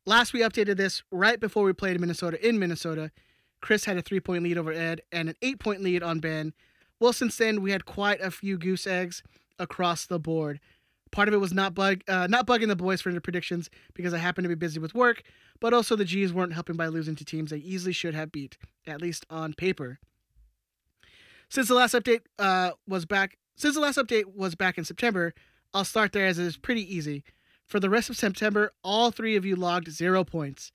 A: Last we updated this right before we played Minnesota in Minnesota. Chris had a three point lead over Ed and an eight point lead on Ben. Well, since then, we had quite a few goose eggs across the board. Part of it was not bug, uh, not bugging the boys for their predictions because I happened to be busy with work, but also the G's weren't helping by losing to teams they easily should have beat, at least on paper. Since the last update uh, was back, since the last update was back in September, I'll start there as it is pretty easy. For the rest of September, all three of you logged zero points.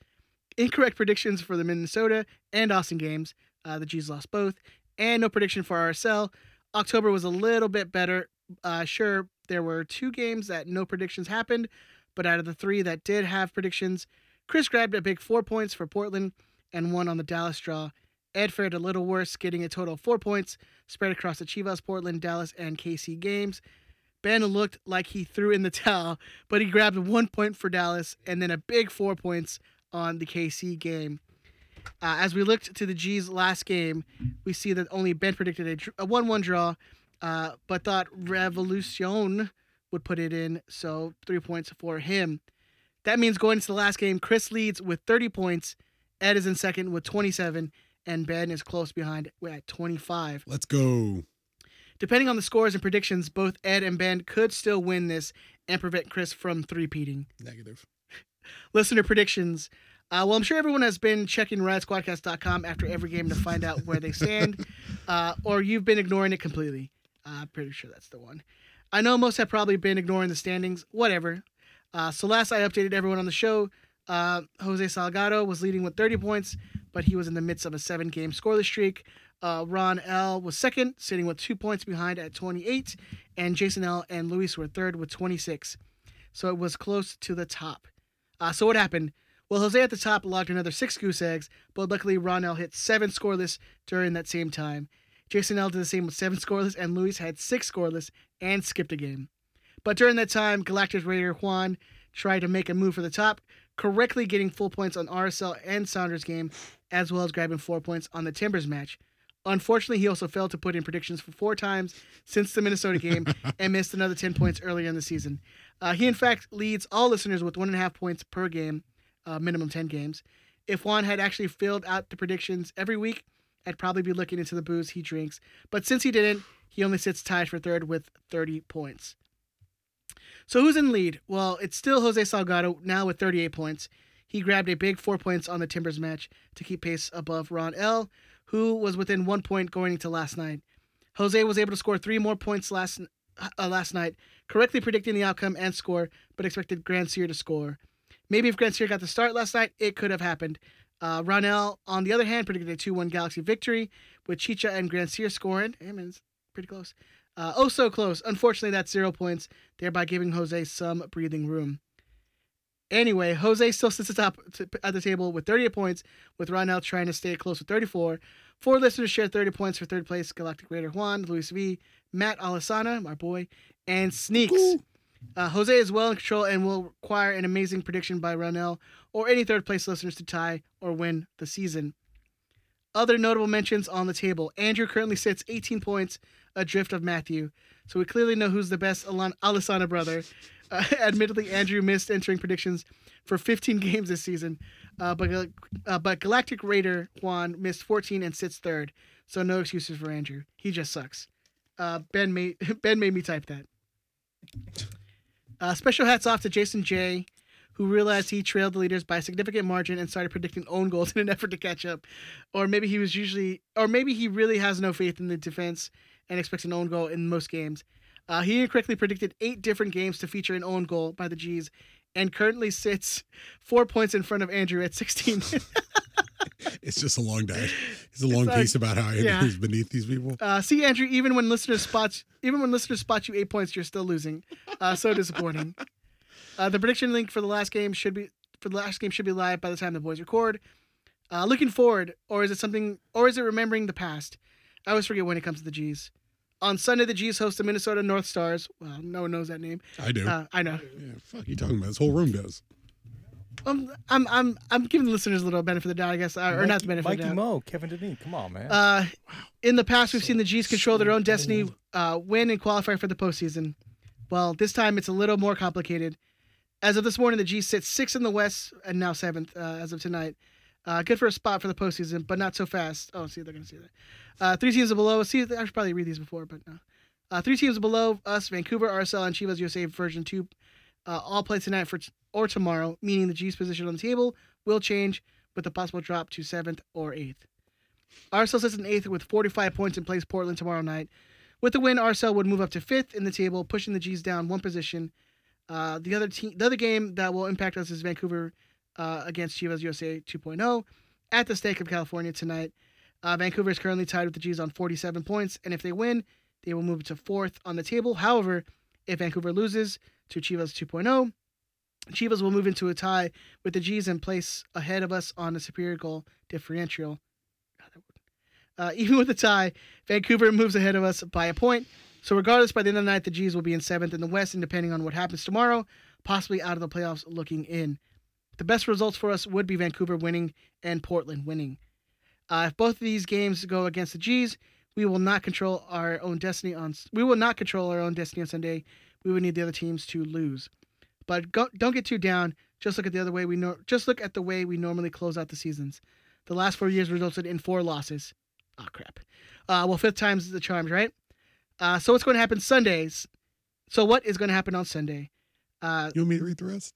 A: Incorrect predictions for the Minnesota and Austin games. Uh, the G's lost both, and no prediction for RSL. October was a little bit better. Uh, sure, there were two games that no predictions happened, but out of the three that did have predictions, Chris grabbed a big four points for Portland and one on the Dallas draw. Ed fared a little worse, getting a total of four points spread across the Chivas, Portland, Dallas, and KC games. Ben looked like he threw in the towel, but he grabbed one point for Dallas and then a big four points on the KC game. Uh, as we looked to the G's last game, we see that only Ben predicted a dr- a 1 1 draw, uh, but thought Revolucion would put it in, so three points for him. That means going into the last game, Chris leads with 30 points, Ed is in second with 27, and Ben is close behind at 25.
B: Let's go.
A: Depending on the scores and predictions, both Ed and Ben could still win this and prevent Chris from three-peating.
B: Negative.
A: Listener predictions. Uh, well, I'm sure everyone has been checking RiotSquadcast.com after every game to find out where they stand, uh, or you've been ignoring it completely. Uh, I'm pretty sure that's the one. I know most have probably been ignoring the standings, whatever. Uh, so last I updated everyone on the show, uh, Jose Salgado was leading with 30 points, but he was in the midst of a seven game scoreless streak. Uh, Ron L was second, sitting with two points behind at 28, and Jason L and Luis were third with 26. So it was close to the top. Uh, so what happened? Well, Jose at the top logged another six goose eggs, but luckily Ronell hit seven scoreless during that same time. Jason L did the same with seven scoreless, and Luis had six scoreless and skipped a game. But during that time, Galactic Raider Juan tried to make a move for the top, correctly getting full points on RSL and Sounders game, as well as grabbing four points on the Timbers match. Unfortunately, he also failed to put in predictions for four times since the Minnesota game and missed another 10 points earlier in the season. Uh, he, in fact, leads all listeners with one and a half points per game, uh, minimum 10 games. If Juan had actually filled out the predictions every week, I'd probably be looking into the booze he drinks. But since he didn't, he only sits tied for third with 30 points. So who's in lead? Well, it's still Jose Salgado now with 38 points. He grabbed a big four points on the Timbers match to keep pace above Ron L, who was within one point going into last night. Jose was able to score three more points last uh, last night, correctly predicting the outcome and score, but expected Grand Sear to score. Maybe if Grand Sear got the start last night, it could have happened. Uh, Ron L, on the other hand, predicted a 2 1 Galaxy victory, with Chicha and Grand Sear scoring. Hey, man, it's pretty close. Uh, oh, so close. Unfortunately, that's zero points, thereby giving Jose some breathing room. Anyway, Jose still sits atop t- at the table with 38 points, with Ronell trying to stay close with 34. Four listeners share 30 points for third place Galactic Raider Juan, Luis V, Matt Alisana, my boy, and Sneaks.
B: Woo.
A: Uh, Jose is well in control and will require an amazing prediction by Ronell or any third place listeners to tie or win the season. Other notable mentions on the table. Andrew currently sits 18 points adrift of Matthew, so we clearly know who's the best Alan- Alisana brother. Uh, admittedly, Andrew missed entering predictions for 15 games this season, uh, but, Gal- uh, but Galactic Raider Juan missed 14 and sits third, so no excuses for Andrew. He just sucks. Uh, ben, made, ben made me type that. Uh, special hats off to Jason J., who realized he trailed the leaders by a significant margin and started predicting own goals in an effort to catch up. Or maybe he was usually, or maybe he really has no faith in the defense and expects an own goal in most games. Uh, he incorrectly predicted eight different games to feature an own goal by the G's and currently sits four points in front of Andrew at 16.
B: It's just a long dive. It's a long
A: like-
B: piece about how I
A: yeah.
B: is beneath these people.
A: Uh, see, Andrew, even when listeners spots, even when listeners spot you eight points, you're still losing. Uh, so disappointing. Uh, the prediction link for the last game should be for the last game should be live by the time the boys record. Uh, looking forward, or is it something, or is it remembering the past? I always forget when it comes to the G's. On Sunday, the G's host the Minnesota North Stars. Well, no one knows that name.
B: I do.
A: Uh, I know.
B: yeah, fuck you talking about. This whole room does.
A: I'm, Um, I'm, I'm, I'm giving the listeners a little benefit of the doubt, I guess, uh, or not the benefit of
C: Mikey
A: the doubt.
C: Mo, Kevin Deneen. Come on, man.
A: Uh, in the past, we've seen the G's control their own
B: so
A: destiny,
B: cold.
A: uh, win and qualify for the postseason. Well, this time it's a little more complicated. As of this morning, the G's sit sixth in the West and now seventh uh, as of tonight. Uh, good for a spot for the postseason, but not so fast. Oh, see, they're going to see that. Uh, three teams below. See, I should probably read these before, but no. Uh, three teams below us: Vancouver, RSL, and Chivas USA version two. Uh, all play tonight for t- or tomorrow, meaning the G's position on the table will change with a possible drop to seventh or eighth. RSL sits in eighth with 45 points and plays Portland tomorrow night. With the win, RSL would move up to fifth in the table, pushing the G's down one position. Uh, the other team, the other game that will impact us is Vancouver uh, against Chivas USA 2.0 at the stake of California tonight. Uh, Vancouver is currently tied with the G's on 47 points, and if they win, they will move to fourth on the table. However, if Vancouver loses to Chivas 2.0, Chivas will move into a tie with the G's and place ahead of us on a superior goal differential. God, that word. Uh, even with the tie, Vancouver moves ahead of us by a point. So regardless, by the end of the night, the G's will be in seventh in the West, and depending on what happens tomorrow, possibly out of the playoffs looking in. The best results for us would be Vancouver winning and Portland winning. Uh, if both of these games go against the G's, we will not control our own destiny on. We will not control our own destiny on Sunday. We would need the other teams to lose. But go, don't get too down. Just look at the other way we nor- just look at the way we normally close out the seasons. The last four years resulted in four losses. Oh crap. Uh, well, fifth time's the charm, right? Uh, so what's going to happen Sundays? So what is going to happen on Sunday? Uh,
B: You want me to read the rest?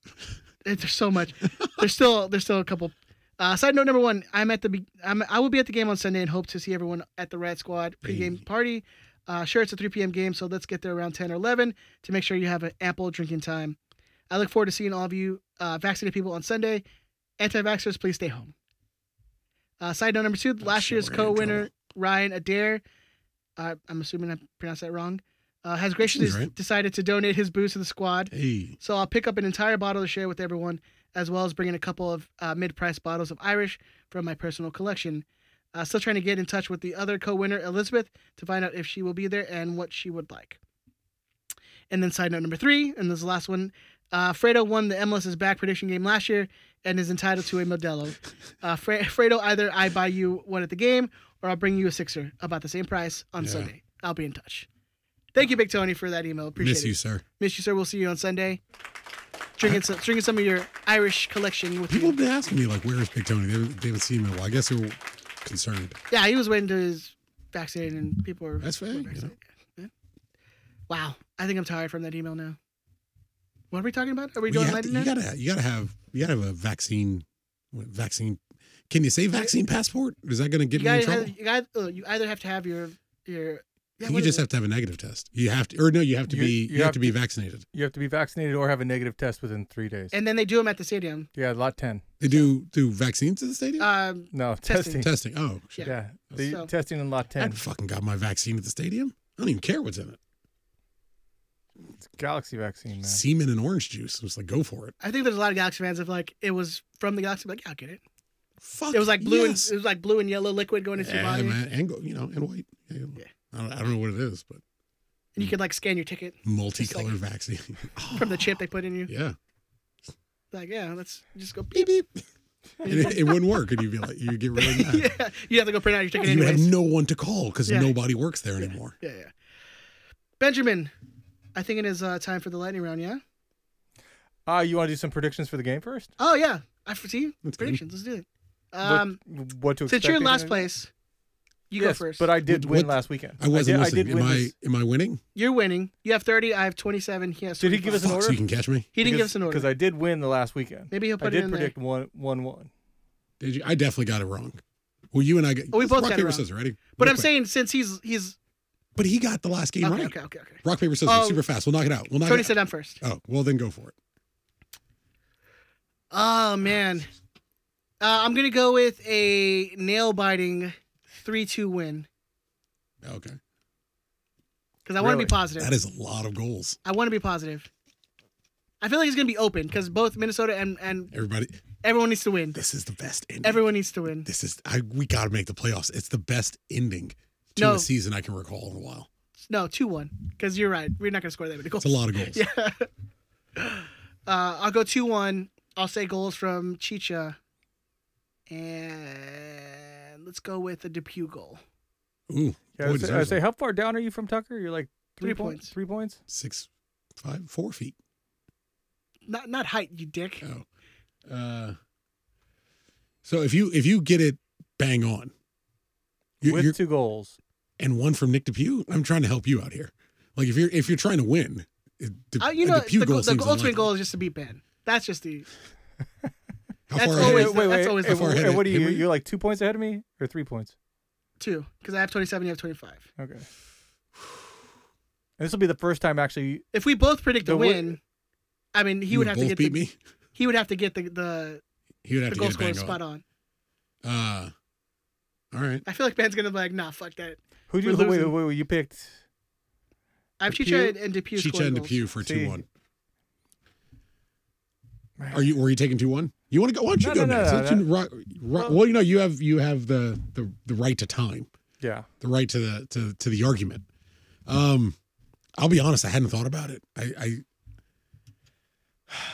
A: it- there's so much. there's still there's still a couple. Uh, side note number one: I'm at the be- I'm, I will be at the game on Sunday and hope to see everyone at the Rat Squad pregame
B: Hey.
A: party. Uh, sure, it's a 3 p.m. game, so let's get there around 10 or 11 to make sure you have an ample drinking time. I look forward to seeing all of you uh, vaccinated people on Sunday. Anti-vaxxers, please stay home. Uh, side note number two:
B: Oh,
A: Last
B: shit,
A: year's
B: we're gonna get in
A: co-winner
B: trouble.
A: Ryan Adair, uh, I'm assuming I pronounced that wrong, uh, has graciously
B: right.
A: decided to donate his booze to the squad.
B: Hey,
A: So I'll pick up an entire bottle to share with everyone, as well as bringing a couple of uh, mid-priced bottles of Irish from my personal collection. Uh, still trying to get in touch with the other co-winner, Elizabeth, to find out if she will be there and what she would like. And then side note number three, and this is the last one. Uh, Fredo won the MLS is back prediction game last year and is entitled to a Modelo. Uh, Fre- Fredo, either I buy you one at the game or I'll bring you a sixer about the same price on
B: Yeah.
A: Sunday. I'll be in touch. Thank you, Big Tony, for that email. Appreciate
B: miss
A: it.
B: you, sir.
A: Miss you, sir. We'll see you on Sunday. Drinking some, drinking some of your Irish collection with
B: People
A: you.
B: have been asking me like, "Where is Big Tony?" They haven't, they haven't seen him in a while. I guess they were concerned.
A: Yeah, he was waiting to his vaccinated, and people were.
B: That's fair,
A: were
B: you know.
A: vaccinated. Yeah. Wow, I think I'm tired from that email now. What are we talking about? Are we doing
B: Well, you, have to-
A: lightning
B: you
A: now?
B: gotta, you gotta have, you gotta have a vaccine, what, vaccine. Can you say vaccine passport? Is that gonna
A: You
B: get me in
A: gotta
B: trouble?
A: have- you gotta- uh, you either have to have your your. Yeah,
B: you
A: what
B: just
A: is it?
B: have to have a negative test. You have to, or no, you have to
C: You-
B: be,
C: you
B: you, have,
C: have
B: to be vaccinated.
C: you have to be vaccinated or have a negative test within three days.
A: And then they do them at the stadium.
C: yeah, lot ten.
B: They do do vaccines at the stadium.
A: Um,
C: No
A: Testing.
C: testing.
B: Testing. Oh, shit.
C: Yeah,
A: Yeah.
C: the
A: So-
C: testing in lot
B: I
C: ten.
B: fucking got my vaccine at the stadium. I don't even care what's in it.
C: It's Galaxy vaccine, man.
B: Semen and orange juice. I was like, go for it.
A: I think there's a lot of Galaxy fans of like it was from the Galaxy, like yeah, I'll get it.
B: Fuck.
A: It was like blue
B: yes.
A: and it was like blue and yellow liquid going into your
B: yeah,
A: body,
B: man, and go, you know, and white. Yeah. I, don't, I don't know what it is, but
A: and you could like scan your ticket
B: multicolored vaccine.
A: from the chip they put in you.
B: yeah.
A: Like yeah, let's just go.
B: Beep beep. And it, it wouldn't work, and you'd be like, you get really mad.
A: yeah, you have to go print out your ticket
B: You have
A: anyways.
B: no one to call because
A: Yeah.
B: nobody works there anymore.
A: yeah, yeah. Benjamin, I think it is uh, time for the lightning round. Yeah.
C: Ah, you want to do some predictions for the game first?
A: Oh yeah, I foresee
B: That's good.
A: predictions. Let's do it. Um,
C: what, what to
A: since
C: expect
A: you're in
C: the
A: last
C: game?
A: place, you
C: Yes,
A: go first.
C: But I did
B: What-
C: win
B: what-
C: last weekend.
B: I wasn't
C: did,
B: listening.
C: did win
B: am
C: this-
B: I am I winning?
A: You're winning. You have 30. I have 27. He has.
C: Did he
A: 25.
C: give us an
B: Fuck,
C: order?
B: so you can catch me.
A: He didn't give
C: because-
A: us an order.
C: because I did win the last weekend.
A: Maybe he'll
C: I
A: put it
C: did
A: in
C: predict one one one.
B: Did you? I definitely got it wrong. Well, you and I got.
A: Oh, we both
B: rock
A: got it
B: paper
A: wrong.
B: scissors. Ready?
A: there. But
B: Real
A: I'm
B: quick.
A: saying since he's he's
B: But he got the last game
A: okay,
B: right.
A: okay, okay, okay.
B: Rock paper scissors.
A: Oh.
B: super fast. We'll knock it out. We'll knock
A: Tony
B: it out.
A: said I'm first.
B: oh, well then go for it.
A: Oh man, uh, I'm gonna go with a nail biting three-two win
B: Okay.
A: because I want to
C: Really?
A: be positive.
B: That is a lot of goals.
A: I want to be positive. I feel like it's going to be open because both Minnesota and, and
B: Everybody,
A: Everyone needs to win.
B: This is the best ending.
A: Everyone needs to win.
B: this is I, we got to make the playoffs. It's the best ending to
A: No.
B: a season I can recall in a while.
A: No, 2 1. Because you're right. We're not going to score that many goals.
B: It's a lot of goals.
A: Oh. Yeah. Uh, I'll go 2 1. I'll say goals from Chicha. And let's go with a Depew goal.
B: Ooh,
C: Yeah,
B: boy,
C: I, say, I
B: deserves
C: say,
B: one.
C: how far down are you from Tucker? You're like three,
A: Three
C: points.
A: points.
C: Three points.
B: six, five, four feet.
A: Not not height, you dick.
B: Oh, uh, so if you if you get it bang on, you,
C: with
B: you're,
C: two goals.
B: and one from Nick Depew, I'm trying to help you out here. Like if you're if you're trying to win, it, De,
A: Uh, you
B: a
A: know,
B: Depew
A: the,
B: goal
A: goal, the
B: seems
A: ultimate
B: unlikely.
A: goal is just to beat Ben. That's just the.
B: How
A: that's
B: far
A: always-
B: ahead?
A: the- that's always the
C: and-
A: goal.
B: Far ahead
C: and what are
B: of
C: you?
B: Henry?
C: You're like two points ahead of me, or three points.
A: Two, because I have 27, you have 25.
C: Okay. And this will be the first time actually.
A: If we both predict the,
C: The win-
A: win, I mean, he
B: You
A: would have to
B: both
A: get
B: beat
A: the,
B: me.
A: he would have to get the the,
B: He would have
A: the
B: to
A: goal
B: get it
A: scorer
B: bang
A: spot
B: on.
A: on.
B: Uh, all right.
A: I feel like Ben's gonna be like, nah, fuck that.
C: Who do
A: We're
C: you? Wait, wait,
A: losing.
C: wait, wait, you picked?
A: I have
C: Depew-
A: Chicha and, and Depew
B: Chicha
A: scoring
B: and
A: goals.
B: Depew for
C: See,
B: two one. Are you were you taking two one? You want to go? Why don't you
C: No,
B: go
C: no, no,
B: next?
C: no,
B: Let you
C: no.
B: rock- rock- well, you know you have you have the the, the right to time,
C: Yeah.
B: the right to the to, to the argument. Um, I'll be honest, I hadn't thought about it. I, I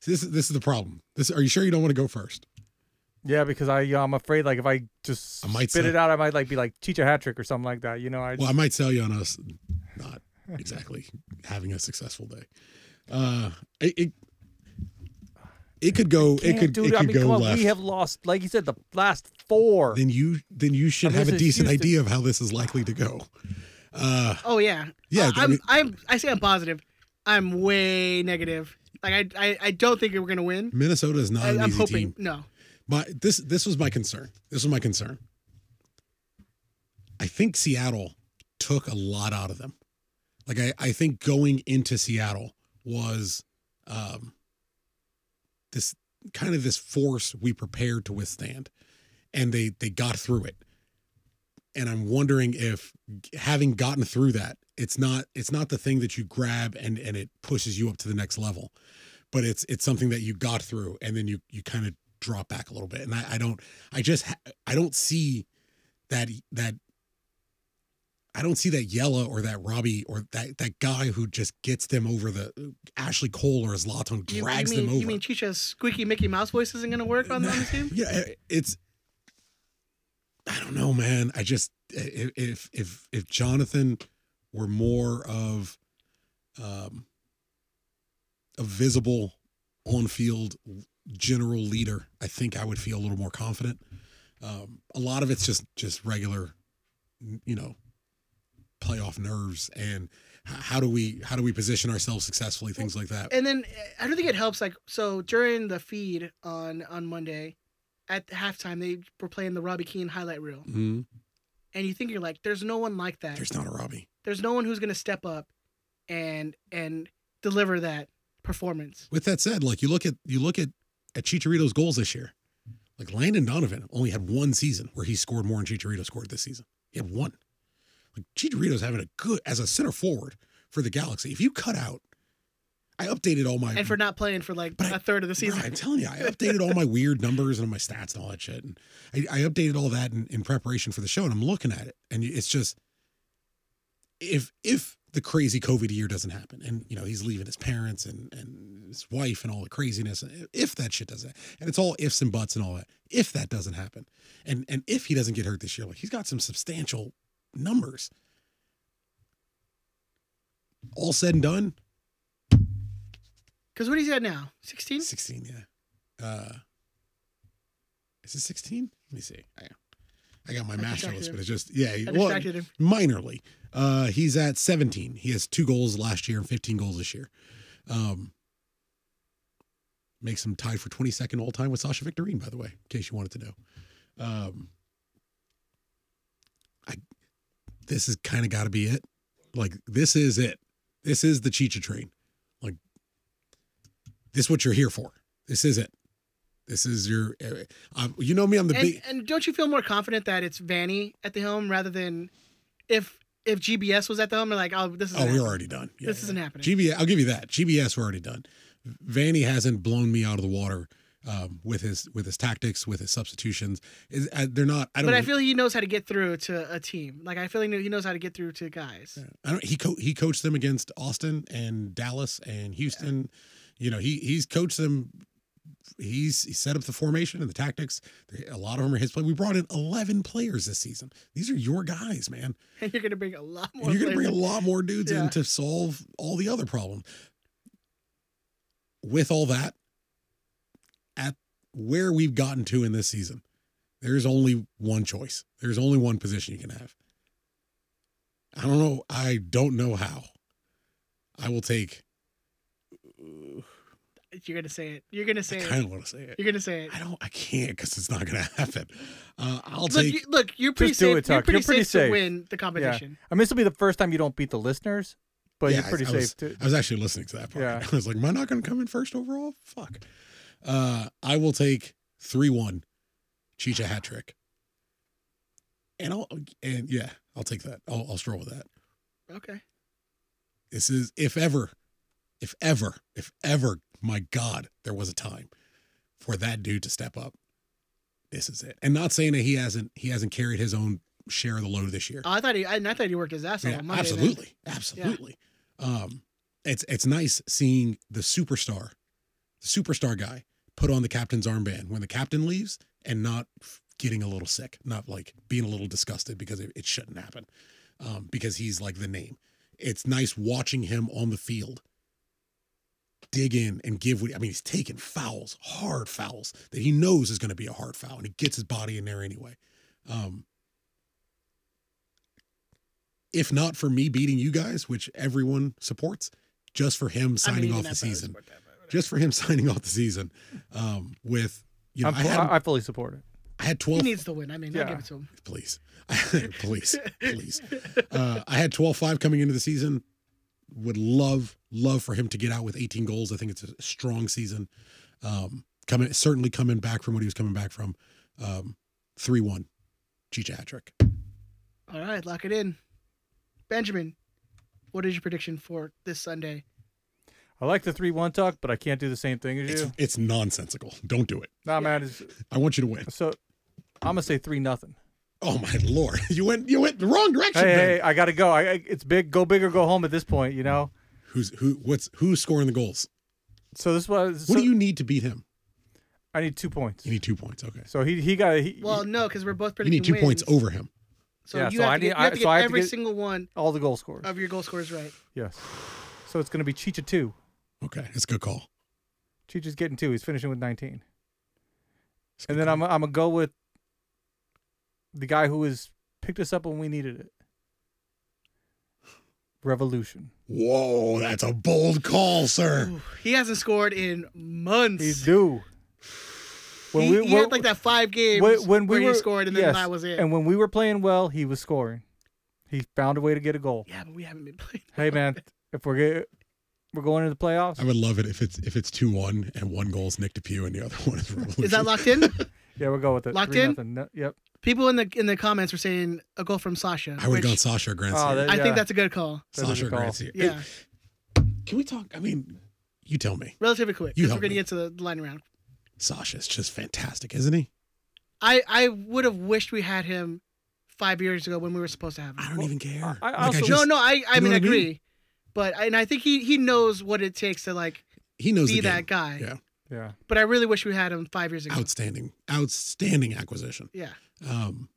B: See, this is this is the problem. This are you sure you don't want to go first?
C: Yeah, because I, yeah, I'm afraid like if I just
B: I might
C: spit
B: say-
C: it out, I might like be like teach a hat trick or something like that. You know, I
B: Well, I might sell you on us not exactly having a successful day. Uh, it it, it could go. It
C: can't
B: could
C: do
B: it could
C: I mean,
B: go
C: come on,
B: left.
C: we have lost, like you said, the last four.
B: then you then you should
C: I mean,
B: have a
C: this is
B: decent
C: Houston.
B: idea of how this is likely to go. Uh,
A: Oh yeah.
B: Yeah,
A: I,
B: I
A: am
B: mean-
A: I'm. I say I'm positive. I'm way negative. Like I, I, I don't think we're gonna win.
B: Minnesota is not
A: I,
B: an
A: I'm
B: easy
A: hoping
B: team.
A: no.
B: My this this was my concern. This was my concern. I think Seattle took a lot out of them. Like I, I think going into Seattle was um this kind of this force we prepared to withstand. And they they got through it. And I'm wondering if having gotten through that, it's not it's not the thing that you grab and and it pushes you up to the next level. But it's it's something that you got through and then you you kind of drop back a little bit. And I, I don't I just ha- I don't see that that I don't see that Yella or that Robbie or that that guy who just gets them over the Ashley Cole or Zlatan
A: You, you
B: drags
A: mean
B: them over.
A: you mean Chicha's squeaky Mickey Mouse voice isn't gonna work on, on the team?
B: Yeah, i- it's. I don't know, man. I just i- if if if Jonathan were more of um a visible on-field general leader, I think I would feel a little more confident. Um, a lot of it's just just regular, you know, playoff nerves and h- how do we how do we position ourselves successfully, things like that.
A: And then uh, I don't think it helps. Like so during the feed on on Monday, at halftime they were playing the Robbie Keane highlight reel,
B: Mhm.
A: and you think you're like, there's no one like that.
B: There's not a Robbie.
A: there's no one who's gonna step up and and deliver that performance.
B: With that said, like you look at you look at at Chicharito's goals this year. Like Landon Donovan only had one season where he scored more than Chicharito scored this season. He had one. Like Chicharito's having a good as a center forward for the Galaxy. If you cut out, I updated all my
A: And for not playing for like
B: But I-
A: a third of the
B: Bro,
A: season.
B: I'm telling you, I updated all my weird numbers and my stats and all that shit. And I, I updated all that in, in preparation for the show. And I'm looking at it, and it's just if if the crazy COVID year doesn't happen, and you know he's leaving his parents and and his wife and all the craziness, and if that shit doesn't, and it's all ifs and buts and all that. If that doesn't happen, and and if he doesn't get hurt this year, like he's got some substantial numbers. All said and done,
A: Because what he's at now, 16?
B: 16, yeah. Uh, is it 16? Let me see. I, I got my master
A: distracted
B: list,
A: him.
B: but it's just, yeah.
A: I
B: well,
A: distracted him.
B: minorly. Uh, he's at 17. He has two goals last year and 15 goals this year. Um, makes him tied for 22nd all time with Sasha Victorine, by the way, in case you wanted to know. Um, I this has kind of got to be it. Like this is it. This is the Chicha train. Like this, is what you're here for. This is it. This is your. uh, I'm- you know me. I'm the
A: and,
B: big.
A: and don't you feel more confident that it's Vanny at the helm rather than if if GBS was at the helm? They're like, oh, this is
B: Oh, we're already done. Yeah,
A: this
B: yeah.
A: isn't happening.
B: GBS, I'll give you that. GBS, we're already done. Vanny hasn't blown me out of the water um, with his with his tactics, with his substitutions. Is uh, they're not. I don't.
A: But I feel he knows how to get through to a team. Like I feel he knew- he knows how to get through to guys.
B: I don't. He co- he coached them against Austin and Dallas and Houston. You know, he he's coached them. He's he set up the formation and the tactics. They- A lot of them are his play. We brought in eleven players this season. These are your guys, man.
A: And you're gonna bring a lot
B: And
A: more.
B: you're going to
A: players
B: bring a lot more dudes
A: Yeah.
B: in to solve all the other problems. With all that, at where we've gotten to in this season, there's only one choice. There's only one position you can have. I don't know. I don't know how. I will take.
A: in. You're gonna say it. You're gonna say
B: I
A: it.
B: kind of want to say it.
A: You're gonna say it.
B: I don't. I can't because it's not going to happen. Uh, I'll
A: look,
B: take.
A: you, look, you're pretty
C: Just do
A: safe.
C: it,
A: you're
C: Tuck.
A: pretty,
C: You're pretty
A: safe, to
C: safe.
A: win the competition.
C: I mean, this will be the first time you don't beat the listeners, but
B: Yeah,
C: you're pretty
B: I- I
C: safe.
B: was-
C: to,
B: I was actually listening to that part.
C: Yeah.
B: I was like, am I not going to come in first overall? Fuck. Uh, I will take 3 1 Chicha hat trick. And I'll, and yeah, I'll take that. I'll, I'll stroll with that.
A: Okay.
B: This is, if ever, if ever, if ever, my God, there was a time for that dude to step up. This is it. And not saying that he hasn't, he hasn't carried his own share of the load this year.
A: Oh, I thought he. I, I thought he worked his ass off on Monday. then.
B: Absolutely, absolutely. Um, it's it's nice seeing the superstar, the superstar guy, put on the captain's armband when the captain leaves, and not f- getting a little sick, not like being a little disgusted because it, it shouldn't happen, um, because he's like the name. It's nice watching him on the field. Dig in and give what I mean. He's taking fouls, hard fouls that he knows is going to be a hard foul, and he gets his body in there anyway. Um, if not for me beating you guys, which everyone supports, just for him
A: I mean,
B: signing
A: even
B: off the
A: that's how I
B: season,
A: support that, but whatever.
B: just for him signing off the season, um, with you know,
C: I'm
B: I
C: fu-
B: had,
C: I, I fully support it.
B: I had
A: he
B: twelve.
A: needs to win. I mean, I'll
C: Yeah.
A: give it to him.
B: please, please, please. Uh, I had 12 5 coming into the season. Would love, love for him to get out with 18 goals. I think it's a strong season. Um, coming, certainly coming back from what he was coming back from. Um, 3 1, Chicha hat trick.
A: All right, lock it in. Benjamin, what is your prediction for this Sunday?
C: I like the three one tuck, but I can't do the same thing as
B: It's,
C: you.
B: it's nonsensical. Don't do it.
C: Nah, man. It's,
B: I want you to win.
C: so I'm gonna say three nothing.
B: Oh my lord, you went you went the wrong direction.
C: Hey,
B: Ben.
C: hey, I gotta go. I, I- it's big. Go big or go home at this point. You know.
B: Who's who? What's who's scoring the goals?
C: So this was.
B: What do you need to beat him?
C: I need two points.
B: You need two points. Okay,
C: So he he got he,
A: Well, no, because we're both
B: you
A: predicting
B: need two
A: wins.
B: points over him.
A: So
C: Yeah,
A: you
C: so
A: have
C: I
A: to get,
C: need-
A: you have
C: I-
A: to
C: so
A: get
C: I have to
A: every
C: get-
A: single one
C: all the goal scorers.
A: of your goal scorers right.
C: Yes. So it's gonna be Chicha two.
B: Okay, that's a good call.
C: Chicha's getting two. He's finishing with
B: That's
C: 19.
B: a good
C: And then
B: call.
C: I'm I'm gonna go with the guy who has picked us up when we needed it. Revolution.
B: Whoa, that's a bold call, sir.
A: Ooh, he hasn't scored in months.
C: He's due. When
A: he, he had like that five games
C: when- when we
A: where
C: were-
A: he scored and then
C: yes,
A: that was it.
C: And when we were playing well, he was scoring. He found a way to get a goal.
A: yeah, but we haven't been playing.
C: Hey man, if we're get, we're going into the playoffs,
B: I would love it if it's if it's two one and one goal is Nick Depew and the other one is Revolution.
A: Is that locked in?
C: yeah, we'll go with it.
A: Locked
C: 3
A: in?
C: nothing. No- yep.
A: People in the in the comments were saying a goal from Sasha.
B: I would
A: which
B: have gone Sasha Grant's.
C: Oh, that-
A: I
C: Yeah.
A: think that's a good call.
C: That's a good
B: Sasha
C: call.
B: Grant's here.
A: Yeah,
B: Can we talk? I mean, you tell me.
A: relatively quick.
B: You
A: Because we're
B: help
A: going
B: me.
A: to get to the line round.
B: Sasha's just fantastic, isn't he?
A: I I would have wished we had him five years ago when we were supposed to have
B: I
A: him.
B: don't
C: Well,
B: even care.
C: I- I
B: Like,
C: also-
B: just-
A: no, no, I I
B: you know
A: mean
B: what I
A: I
B: mean?
A: agree, but and I think he he knows what it takes to like
B: He knows
A: be
B: the game.
A: that guy.
B: Yeah.
C: Yeah.
A: But I really wish we had him five years ago.
B: Outstanding, outstanding acquisition.
A: Yeah,
B: Um,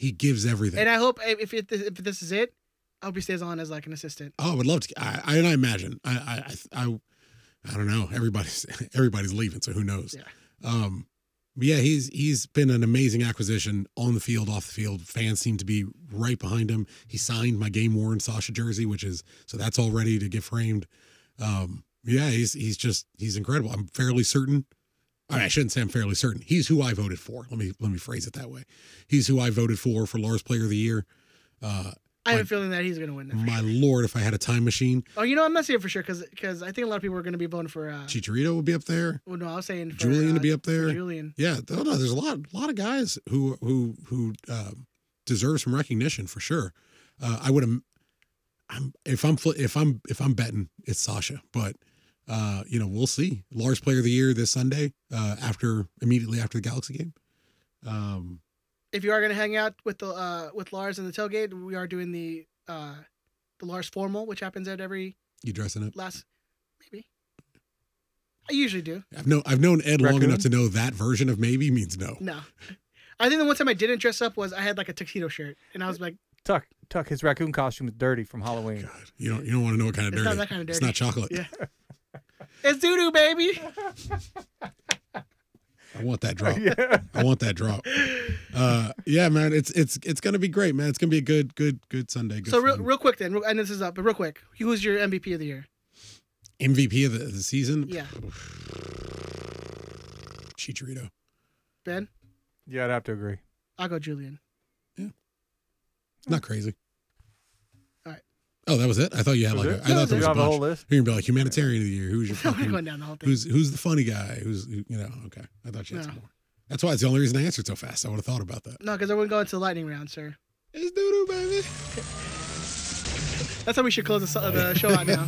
B: he gives everything.
A: and I hope if it, if this is it, I hope he stays on as like an assistant.
B: oh, I would love to. I, I and I imagine. I, I, I, I, I don't know. Everybody's everybody's leaving, so who knows?
A: Yeah.
B: Um, but yeah, he's he's been an amazing acquisition on the field, off the field. Fans seem to be right behind him. He signed my game worn Sasha jersey, which is so that's all ready to get framed. Um, yeah, he's he's just he's incredible. I'm fairly certain. I, mean, I shouldn't say I'm fairly certain. He's who I voted for. Let me let me phrase it that way. He's who I voted for for Lars Player of the Year. Uh,
A: I have a
B: Like-
A: feeling that he's going to win that. for
B: my
A: sure.
B: lord, if I had a time machine,
A: Oh, you know, I'm not saying for sure because I think a lot of people are going to be voting for. Uh,
B: Chicharito would be up there.
A: well, no, I was saying for,
B: Julian
A: uh,
B: to be up there.
A: Julian.
B: Yeah, th- oh, no, there's a lot, lot of guys who who who um, deserve some recognition for sure. Uh, I would, am- I'm if I'm fl- if I'm if I'm betting, it's Sasha, but Uh, you know, we'll see. Lars Player of the Year this Sunday, uh, after immediately after the Galaxy game. Um,
A: If you are gonna hang out with the uh, with Lars and the tailgate, we are doing the uh, the Lars formal, which happens at every
B: you dressing up?
A: last maybe. I usually do.
B: I've known I've known Ed long
C: Raccoon?
B: enough to know that version of maybe means no.
A: No. I think the one time I didn't dress up was I had like a tuxedo shirt and I was like,
C: Tuck, Tuck, his raccoon costume is dirty from Halloween.
B: God, you don't you don't want to know what kind of
A: It's
B: dirty.
A: not that kind of
B: It's
A: dirty.
B: not chocolate.
A: Yeah. "It's doo baby."
B: I want that drop.
C: yeah.
B: I want that drop. Uh, yeah, man, it's it's it's gonna be great, man. It's gonna be a good good good Sunday. Good
A: so real,
B: fun.
A: real quick then, real- and this is up, but real quick, who's your MVP of the year?
B: MVP of the, the season,
A: Yeah,
B: Chicharito.
A: Ben,
C: Yeah, I'd have to agree.
A: I'll go Julian.
B: It's not crazy.
A: All right.
B: Oh, that was it. I thought you had
C: Was
B: like
C: it?
B: a, I
A: No, that
B: thought
C: Do
B: there
A: was
C: you
B: was a
C: have the
B: bunch.
C: whole list?
B: You're gonna be like humanitarian of the year. Who's your
A: I'm not
B: fucking,
A: going down the whole thing.
B: who's who's the funny guy? Who's who- you know? Okay, I thought you had
A: No.
B: some more. That's why it's the only reason I answered so fast. I would have thought about that.
A: No, because I wouldn't go into the lightning round, sir.
B: It's doo doo, baby.
A: That's how we should close the, su- the show out now.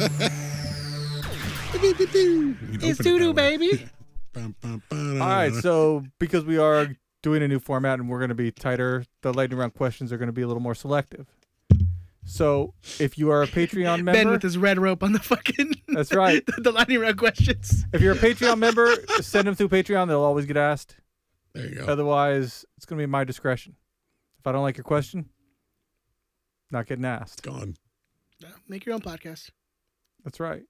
B: Beep, beep, beep, beep. We can
A: it's
B: open it that
A: doo doo
B: way.
A: baby.
B: Bum, bum, bum,
C: All right,
B: da, da, da.
C: so because we are doing a new format and we're going to be tighter, the lightning round questions are going to be a little more selective. So if you are a Patreon member,
A: Ben with his red rope on the fucking.
C: That's right.
A: the, the lightning round questions.
C: if you're a Patreon member, send them through Patreon. They'll always get asked.
B: there you go.
C: Otherwise, it's going to be my discretion. If I don't like your question, not getting asked.
B: Gone.
A: No, Make your own podcast.
C: That's right.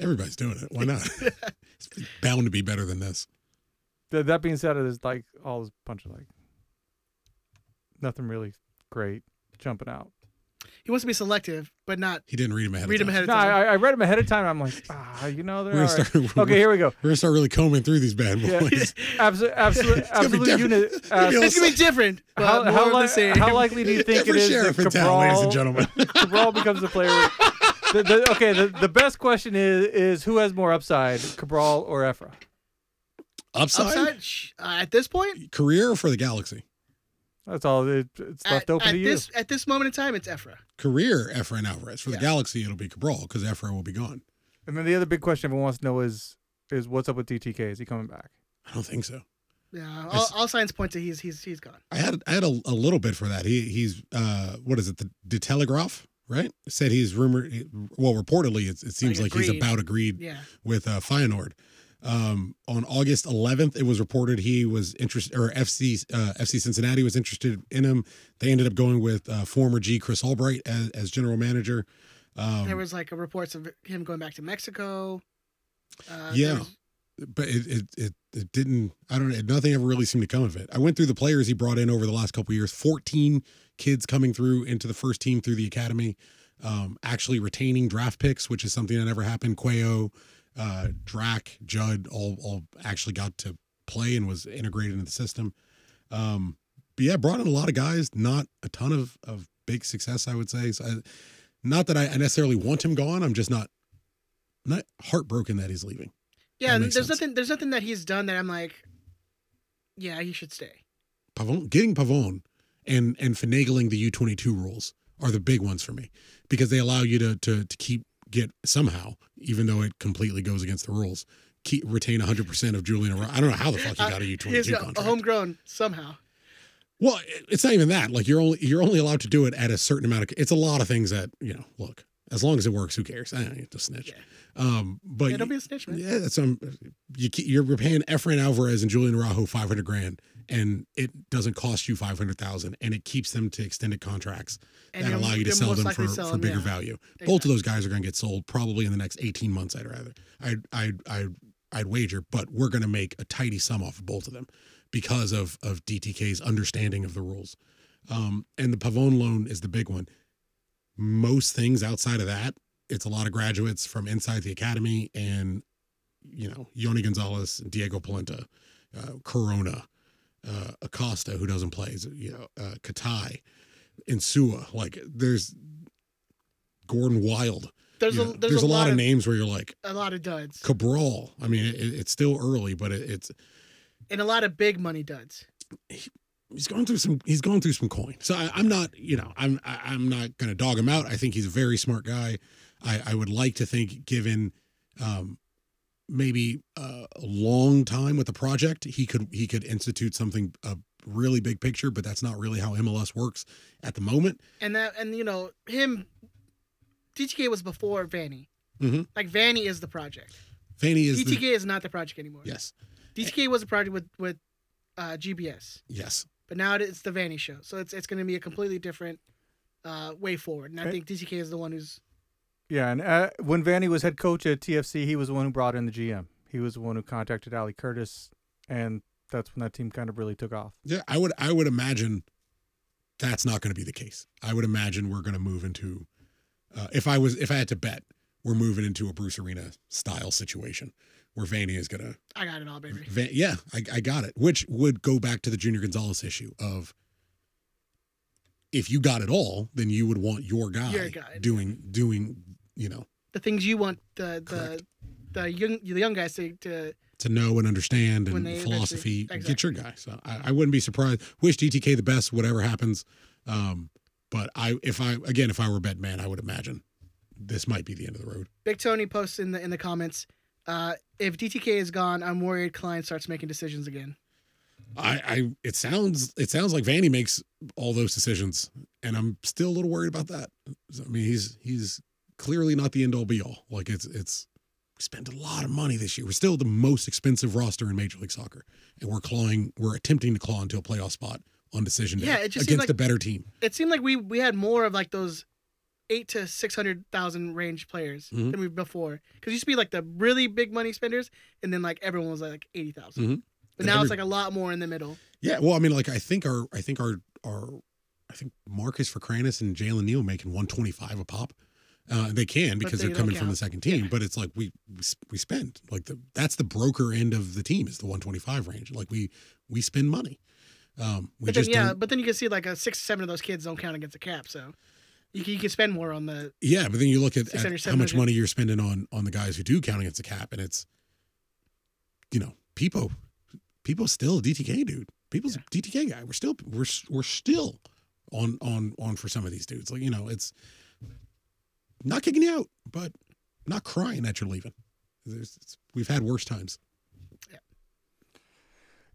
B: Everybody's doing it. Why not? it's bound to be better than this.
C: Th- that being said, it is like all this bunch of like nothing really great jumping out.
A: He wants to be selective, but not
B: He didn't read him ahead.
A: read
B: of
A: him
B: time.
A: ahead of
C: No,
A: time.
C: I, I read them ahead of time. I'm like, ah, you know, they're
B: We're gonna
C: all right."
B: start. We're,
C: Okay, here we go.
B: we're gonna start really combing through these bad
C: Yeah.
B: boys.
C: Absolute,
B: gonna
C: absolute,
B: be
C: absolute
B: different.
C: unit.
B: It's gonna
C: Uh,
B: be
A: it's gonna be different. But
C: how,
A: more
C: how,
A: of the
C: li-
A: same.
C: how likely do you think it
B: Different
C: is
B: sheriff in
C: that
B: town, ladies and
C: Cabral,
B: gentlemen.
C: Cabral becomes the player? The, the, okay, the, the best question is is who has more upside, Cabral or Ephra?
B: Upside?
A: Upside? Shh. Uh, at this point,
B: career or for the galaxy?
C: That's all. It, it's
A: at,
C: left open
A: at
C: to you.
A: this at this moment in time, it's Ephra.
B: Career Efren Alvarez for the
A: Yeah.
B: galaxy. It'll be Cabral because Efren will be gone.
C: And then the other big question everyone wants to know is is what's up with DTK? Is he coming back?
B: I don't think so.
A: Yeah, all,
B: That's-
A: all signs point to he's he's he's gone.
B: I had I had a, a little bit for that. He he's uh what is it the, the Telegraph right said he's rumored well reportedly it, it seems
A: Like
B: like, he's
A: agreed.
B: about agreed
A: Yeah,
B: with uh, Feyenoord. Um, on August 11th, it was reported he was interested, or FC uh, FC Cincinnati was interested in him. They ended up going with uh, former G Chris Albright as, as general manager. Um,
A: there was like a reports of him going back to Mexico. Uh,
B: Yeah.
A: there's-
B: but it, it it it didn't. I don't. know. Nothing ever really seemed to come of it. I went through the players he brought in over the last couple of years. Fourteen kids coming through into the first team through the academy. Um, actually retaining draft picks, which is something that never happened. Cuello, uh, Drac, Judd, all all actually got to play and was integrated into the system. Um, but yeah, brought in a lot of guys. Not a ton of of big success, I would say. So I, not that I necessarily want him gone. I'm just not not heartbroken that he's leaving.
A: yeah.
B: That
A: and
B: makes
A: There's
B: sense.
A: nothing. There's nothing that he's done that I'm like, yeah, he should stay.
B: Pavon, getting Pavon and and finagling the U22 rules are the big ones for me because they allow you to to to keep get somehow even though it completely goes against the rules keep retain 100% of Julian Arra- I don't know how the fuck he
A: Uh,
B: got a
A: He's
B: U22
A: got
B: contract.
A: a homegrown somehow.
B: well, it- it's not even that. Like you're only you're only allowed to do it at a certain amount of it's a lot of things that, you know, look, as long as it works, who cares? I don't need to snitch.
A: Yeah.
B: Um but
A: yeah, don't be a snitch, man.
B: yeah, that's um, you ke- you're paying Efrain Alvarez and Julian Rajo five hundred grand, and it doesn't cost you five hundred thousand, and it keeps them to extended contracts
A: And
B: that
A: you'll-
B: allow you to
A: you'll
B: sell
A: most
B: them
A: likely
B: for,
A: sell
B: for
A: him,
B: bigger
A: yeah.
B: value. Both of those guys are going to get sold probably in the next eighteen months. I'd rather, I'd, I'd, I'd, I'd wager, but we're going to make a tidy sum off of both of them because of of DTK's understanding of the rules, um, and the Pavone loan is the big one. Most things outside of that it's a lot of graduates from inside the academy and you know Yoni Gonzalez, Diego Polenta, uh, Corona, uh, Acosta who doesn't play, is, you know uh, Katai, Insua. Like there's Gordon Wild.
A: There's
B: you
A: a
B: know,
A: there's, a lot, of,
B: names where you're like
A: a lot of duds
B: Cabral. I mean, it, it's still early, but it, it's
A: and a lot of big money duds.
B: he's going through some he's going through some coin. So I, I'm not you know I'm I, I'm not going to dog him out. I think he's a very smart guy. I, I would like to think given um, maybe uh, a long time with the project, he could he could institute something a really big picture, but that's not really how MLS works at the moment.
A: and that and you know him. DTK was before Vanny.
B: Mhm.
A: Like Vanny is the project.
B: Fanny is
A: DTK
B: the
A: is not the project anymore.
B: yes,
A: DTK was a project with with uh, GBS,
B: yes,
A: but now it's the Vanny show. So it's it's going to be a completely different uh, way forward. And I
C: Right.
A: think DTK is the one who's
C: Yeah, and uh, when Vanny was head coach at TFC, he was the one who brought in the GM. He was the one who contacted Ali Curtis, and that's when that team kind of really took off.
B: yeah. I would I would imagine that's not going to be the case. I would imagine we're going to move into uh, if I was if I had to bet, we're moving into a Bruce Arena style situation where Vanny is going to
A: I got it all, baby.
B: Van, yeah, I, I got it. Which would go back to the Junior Gonzalez issue of if you got it all, then you would want your guy,
A: Your guy.
B: doing doing you know
A: The things you want the the
B: Correct.
A: the young the young guys to, to
B: to know and understand
A: When
B: and
A: they
B: philosophy.
A: eventually-
B: Get your guy. So I, I wouldn't be surprised. Wish DTK the best. Whatever happens, um, but I if I again if I were bet man, I would imagine this might be the end of the road.
A: Big Tony posts in the in the comments. Uh, if DTK is gone, I'm worried Klein starts making decisions again.
B: I, I it sounds it sounds like Vanny makes all those decisions, and I'm still a little worried about that. So, I mean, he's he's clearly not the end all be all. Like it's it's we spent a lot of money this year. We're still the most expensive roster in Major League Soccer, and we're clawing we're attempting to claw into a playoff spot on decision day
A: Yeah, it just seems
B: against
A: like-
B: a better team.
A: It seemed like we we had more of like those eight to six hundred thousand range players
B: Mhm.
A: than we before. Because used to be like the really big money spenders, and then like everyone was like eighty
B: Mhm.
A: But
B: And
A: now it's
B: every-
A: like a lot more in the middle.
B: Yeah, well, I mean, like I think our I think our our I think Marcus Vercranis and Jalen Neal making 125 a pop. Uh, they can because
A: they
B: they are
A: don't
B: coming from the
A: count.
B: second team,
A: Yeah.
B: but it's like we we s- we spend like the that's the broker end of the team is the 125 range. Like we we spend money. Um, we
A: But then
B: just
A: yeah,
B: don't,
A: but then you can see like a six seven of those kids don't count against the cap, so you can, you can spend more on the
B: yeah. But then you look at, at
A: 600,
B: how much
A: 700.
B: money you're spending on on the guys who do count against the cap, and it's you know people people still a DTK dude. People's a DTK guy. We're still we're s- we're still on on on for some of these dudes. Like you know, it's not kicking you out, but not crying that you're leaving. There's, it's, we've had worse times.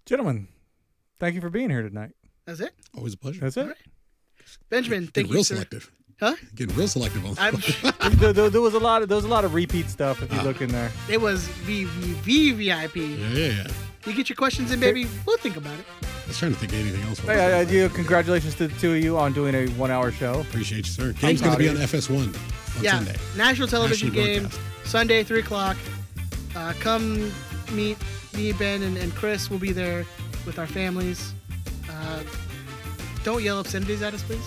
C: Gentlemen, thank you for being here tonight.
A: that's it.
B: Always a pleasure.
C: That's it.
A: Benjamin, thank
B: Getting
A: you.
B: real
A: Sir.
B: selective.
A: Huh?
B: Getting real selective on.
A: I'm,
C: there, there- there was a lot of there was a lot of repeat stuff if you
B: Ah.
C: look in there.
A: it was V V V VIP.
B: yeah, yeah, yeah.
A: You get your questions in, baby. We'll think about it.
B: I was trying to think of anything else.
C: Hey, I, I do. Congratulations to the two of you on doing a one-hour show.
B: Appreciate you, sir. Game's going to
C: proud
B: be
C: of
B: on FS1 on
A: yeah,
B: Sunday.
A: national television game,
B: National
A: Sunday, three o'clock. Uh, come meet me, Ben, and, and Chris. We'll be there with our families. Uh, don't yell obscenities at us, please,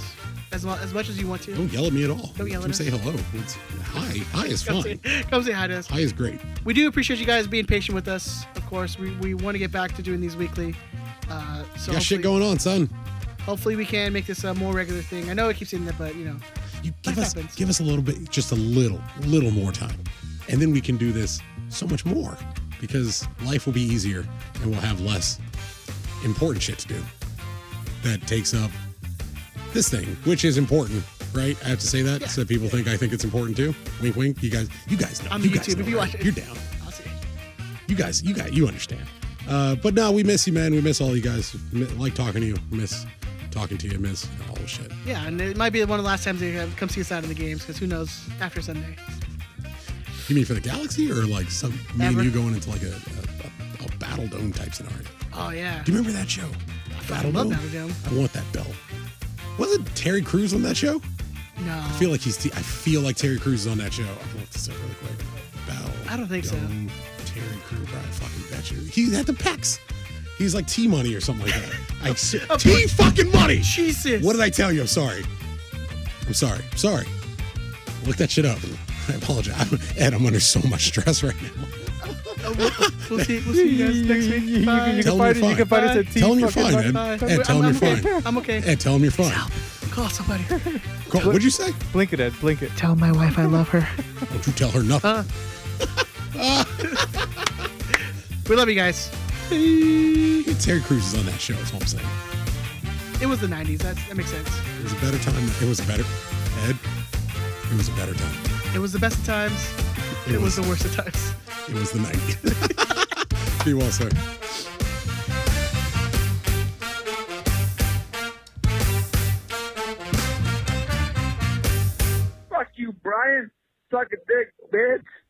A: as mu- as much as you want to.
B: Don't yell at me at all.
A: Don't yell
B: Come
A: at
B: say
A: us.
B: hello. It's, hi. Hi is
A: Come say,
B: fine.
A: come say hi to us.
B: Hi is great.
A: We do appreciate you guys being patient with us. Of course, we, we want to get back to doing these weekly. Uh, so
B: Got shit
A: hopefully-
B: going on, son.
A: Hopefully, we can make this a more regular thing. I know I keep saying that, but you know,
B: You give
A: Life
B: us
A: happens.
B: give us a little bit, just a little, little more time, and then we can do this so much more because life will be easier and we'll have less important shit to do that takes up this thing, which is important, right? I have to say that
A: Yeah.
B: so that people think I think it's important too. Wink, wink. You guys, you guys know.
A: On
B: you
A: the
B: guys
A: YouTube,
B: know,
A: if you
B: right?
A: watch it.
B: you're down.
A: I'll see.
B: you guys, you got, you understand. Uh, but no, we miss you, man. We miss all you guys. M- like talking to you. Miss talking to you. Miss all the shit.
A: Yeah, and it might be one of the last times they have come see us out in the games because who knows after Sunday.
B: You mean for the galaxy or like some me
A: Ever.
B: and you going into like a, a, a, a battle dome type scenario?
A: Oh yeah,
B: Do you remember that show? Battle
A: love
B: dome.
A: Battle Dome.
B: I want that belt. Wasn't Terry Crews on that show?
A: no.
B: I feel like he's. T- I feel like Terry Crews is on that show. I'm gonna look this up really quick. Battle.
A: I don't think so.
B: Dome, Terry Crews. I fucking bet you. He had the pecs. He's like T money or something like that. I ser-
A: Of
B: T fucking money.
A: Jesus.
B: What did I tell you? I'm sorry. I'm sorry. I'm sorry. Look that shit up. I apologize. I'm, Ed, I'm under so much stress right now.
A: Oh, We'll see. We'll see you guys next
C: You- you- you
A: week.
C: can-
A: Bye.
C: you
B: Tell
C: can
B: him
C: find
B: you're
C: us. You can
B: fine.
C: find us at
B: Tell him you're
C: T-fucking
B: fine,
C: Bye.
B: man. Ed, tell him
A: I'm,
B: you're
A: I'm
B: fine.
A: okay. I'm okay.
B: Ed, tell him you're fine.
A: Call somebody.
B: Go- what'd you say?
C: Blink it, Ed. Blink it.
A: Tell my wife I love her.
B: Don't you tell her nothing.
A: Huh? we love you guys.
B: Terry Crews is on that show. That's what I'm saying.
A: It was the '90s. That's, that makes sense.
B: It was a better time. It was a better. Ed, it was a better time.
A: It was the best of times. It, was, the worst of times.
B: It was the night. Be well, sir.
D: Fuck you, Brian. Suck a dick, bitch.